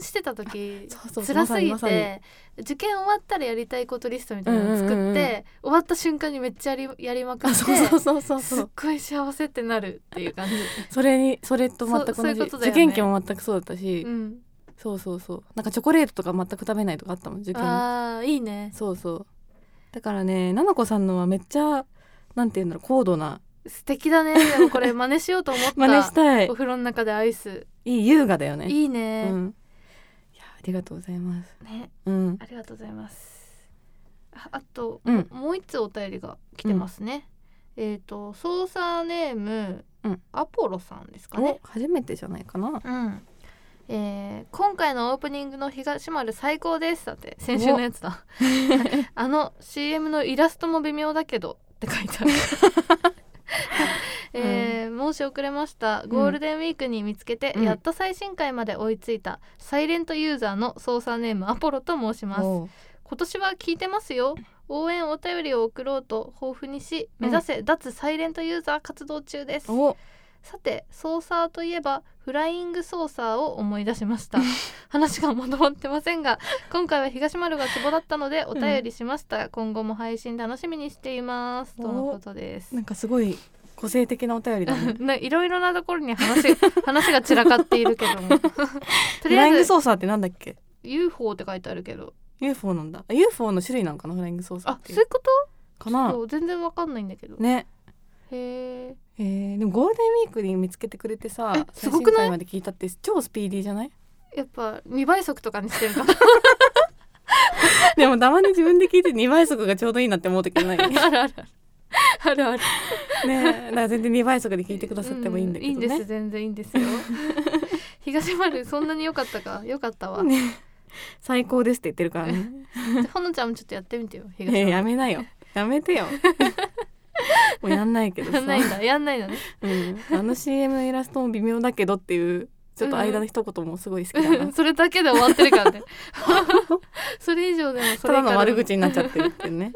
Speaker 1: してた時
Speaker 2: そうそ
Speaker 1: 辛
Speaker 2: う
Speaker 1: すぎ
Speaker 2: まさにまさ
Speaker 1: て受験終わったらやりたいことリストみたいなの作って、
Speaker 2: うんうんうんうん
Speaker 1: 終わった瞬間にめっちゃやりやりまく
Speaker 2: あ
Speaker 1: って
Speaker 2: そうそうそうそうそ
Speaker 1: すっ
Speaker 2: う。
Speaker 1: ごい幸せってなるっていう感じ、
Speaker 2: それにそれと全く
Speaker 1: そうそう
Speaker 2: 同
Speaker 1: いう
Speaker 2: じ、
Speaker 1: ことだよね
Speaker 2: 受験期も全くそうだったし、
Speaker 1: うん、
Speaker 2: そうそうそうなんかチョコレートとか全く食べないとかあったもん受験期
Speaker 1: あーいいね
Speaker 2: そうそうだからねななこさんのはめっちゃなんていうんだろう高度な
Speaker 1: 素敵だねでもこれ真似しようと思った
Speaker 2: 真似したい
Speaker 1: お風呂の中でアイス
Speaker 2: いい優雅だよね
Speaker 1: いいうね,、
Speaker 2: んいやありがとうございます
Speaker 1: ね
Speaker 2: うん
Speaker 1: ありがとうございますああと
Speaker 2: うん
Speaker 1: もう一つお便りが来てますね、えっ、と操作ネーム、
Speaker 2: うん
Speaker 1: アポロさんですかね
Speaker 2: お初めてじゃないかな
Speaker 1: うん、えー今回のオープニングの東丸最高ですだって先週のやつだ あの CM のイラストも微妙だけどって書いてあ るえー申し遅れましたゴールデンウィークに見つけて、
Speaker 2: うん
Speaker 1: やっと最新回まで追いついたサイレントユーザーの操作ネームアポロと申します
Speaker 2: おう
Speaker 1: 今年は聞いてますよ応援お便りを送ろうと豊富にし目指せ脱サイレントユーザー活動中です、
Speaker 2: お
Speaker 1: さてソーサーといえばフライングソーサーを思い出しま した話がまとまってませんが今回は東丸がツボだったのでお便りしました、今後も配信楽しみにしています
Speaker 2: お
Speaker 1: とのことです
Speaker 2: なんかすごい個性的なお便りだね
Speaker 1: ないろいろなところに話 話が散らかっているけど もと
Speaker 2: フ
Speaker 1: り
Speaker 2: ラ
Speaker 1: あ
Speaker 2: イン
Speaker 1: え
Speaker 2: グ
Speaker 1: ず
Speaker 2: 操作ってなんだっけ
Speaker 1: UFO って書いてあるけど
Speaker 2: UFO なんだあ UFO の種類なのかなフライング操作
Speaker 1: あ
Speaker 2: って
Speaker 1: そう
Speaker 2: い
Speaker 1: いう
Speaker 2: う
Speaker 1: こ
Speaker 2: か
Speaker 1: と
Speaker 2: な
Speaker 1: そう全然わかんないんだけど、
Speaker 2: ね
Speaker 1: へえ
Speaker 2: えー、でもゴールデンウィークに見つけてくれてさ
Speaker 1: えすごくない
Speaker 2: 最新回まで聞いたって超スピーディーじゃない
Speaker 1: やっぱ2倍速とかにしてるかな
Speaker 2: でもたまに自分で聞いて2倍速がちょうどいいなって思う時 ない
Speaker 1: あるある あるある
Speaker 2: ねだから全然2倍速で聞いてくださってもいいんだけどね。
Speaker 1: ういいんです全然いいんです よ東丸そんなに良かったか良かったわ、
Speaker 2: ね最高ですって言ってるから ね。
Speaker 1: ほのちゃんもちょっとやってみてよ東
Speaker 2: ね
Speaker 1: 丸、
Speaker 2: やめなよ。や めてよ。もうやんないけど
Speaker 1: や
Speaker 2: さ。
Speaker 1: んないんだやんないのね
Speaker 2: うん、あの CM のイラストも微妙だけどっていうちょっと間の一言もすごい好きだな。
Speaker 1: それだけで終わってるからね それ以上でもそ
Speaker 2: た
Speaker 1: れ以下で
Speaker 2: だの
Speaker 1: も
Speaker 2: 悪口になっちゃってるっていう ね。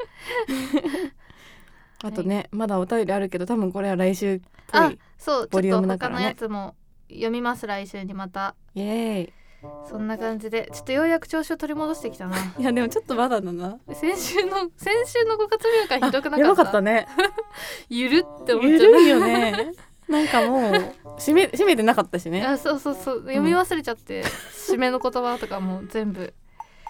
Speaker 2: あとねまだお便りあるけど多分これは来週っぽ
Speaker 1: あ
Speaker 2: い。
Speaker 1: そうちょ
Speaker 2: ボ
Speaker 1: っ
Speaker 2: リュー
Speaker 1: と
Speaker 2: ムだ
Speaker 1: 他
Speaker 2: から
Speaker 1: の
Speaker 2: ね
Speaker 1: やつも読みます来週にまた
Speaker 2: イエーイ。
Speaker 1: そんな感じでちょっとようやく調子を取り戻してきたな
Speaker 2: いやでもちょっとまだだな。
Speaker 1: 先週の先週の5月病からひどくなかった
Speaker 2: やばかったね。
Speaker 1: ゆるって思っ
Speaker 2: ゆ
Speaker 1: ちゃっ
Speaker 2: るいよね。なんかもう締め締めてなかったしね。
Speaker 1: たあそうそうそう読み忘れちゃって、 締めの言葉とかも全部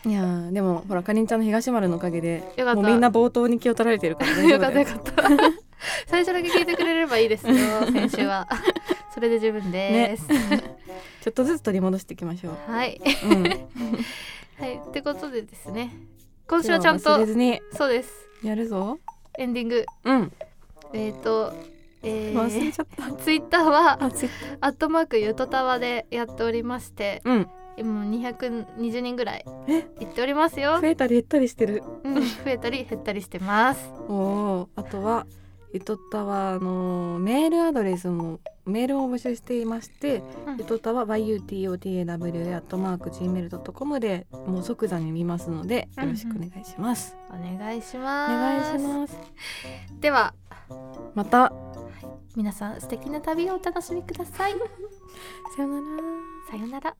Speaker 2: いやーでもほらかりんちゃんの東丸のおかげで
Speaker 1: よかった
Speaker 2: もうみんな冒頭に気を取られてるから大丈
Speaker 1: よ
Speaker 2: 夫
Speaker 1: かっ
Speaker 2: だ
Speaker 1: た
Speaker 2: よ
Speaker 1: よか った。最初だけ聞いてくれればいいですよ。先週は。 それで十分です。
Speaker 2: ちょっとずつ取り戻していきましょう、
Speaker 1: はい。
Speaker 2: うん、
Speaker 1: はい。ってことでですね。今週はちゃん
Speaker 2: 忘れ
Speaker 1: と
Speaker 2: ずに
Speaker 1: そうです。
Speaker 2: やるぞ
Speaker 1: エンディング。
Speaker 2: うん
Speaker 1: えっ、と、え
Speaker 2: 忘れ
Speaker 1: ー、
Speaker 2: ちゃった、
Speaker 1: ツイッターは
Speaker 2: あつい
Speaker 1: アットマークゆとたわでやっておりまして、
Speaker 2: うん
Speaker 1: もう220人ぐらい
Speaker 2: え
Speaker 1: 行っておりますよ
Speaker 2: 増。えたり減ったりしてる
Speaker 1: うん、増えたり減ったりしてます。
Speaker 2: おおあとはゆとったはあのーメールアドレスもメールを募集していまして、
Speaker 1: うん
Speaker 2: ゆとたは yutotawa.gmail.com でもう即座に見ますのでよろしくお願いします、
Speaker 1: お願いし
Speaker 2: お
Speaker 1: ます。
Speaker 2: 願いします
Speaker 1: す。では、
Speaker 2: また
Speaker 3: 皆さん素敵な旅をお楽しみください
Speaker 2: さよなら
Speaker 3: さよなら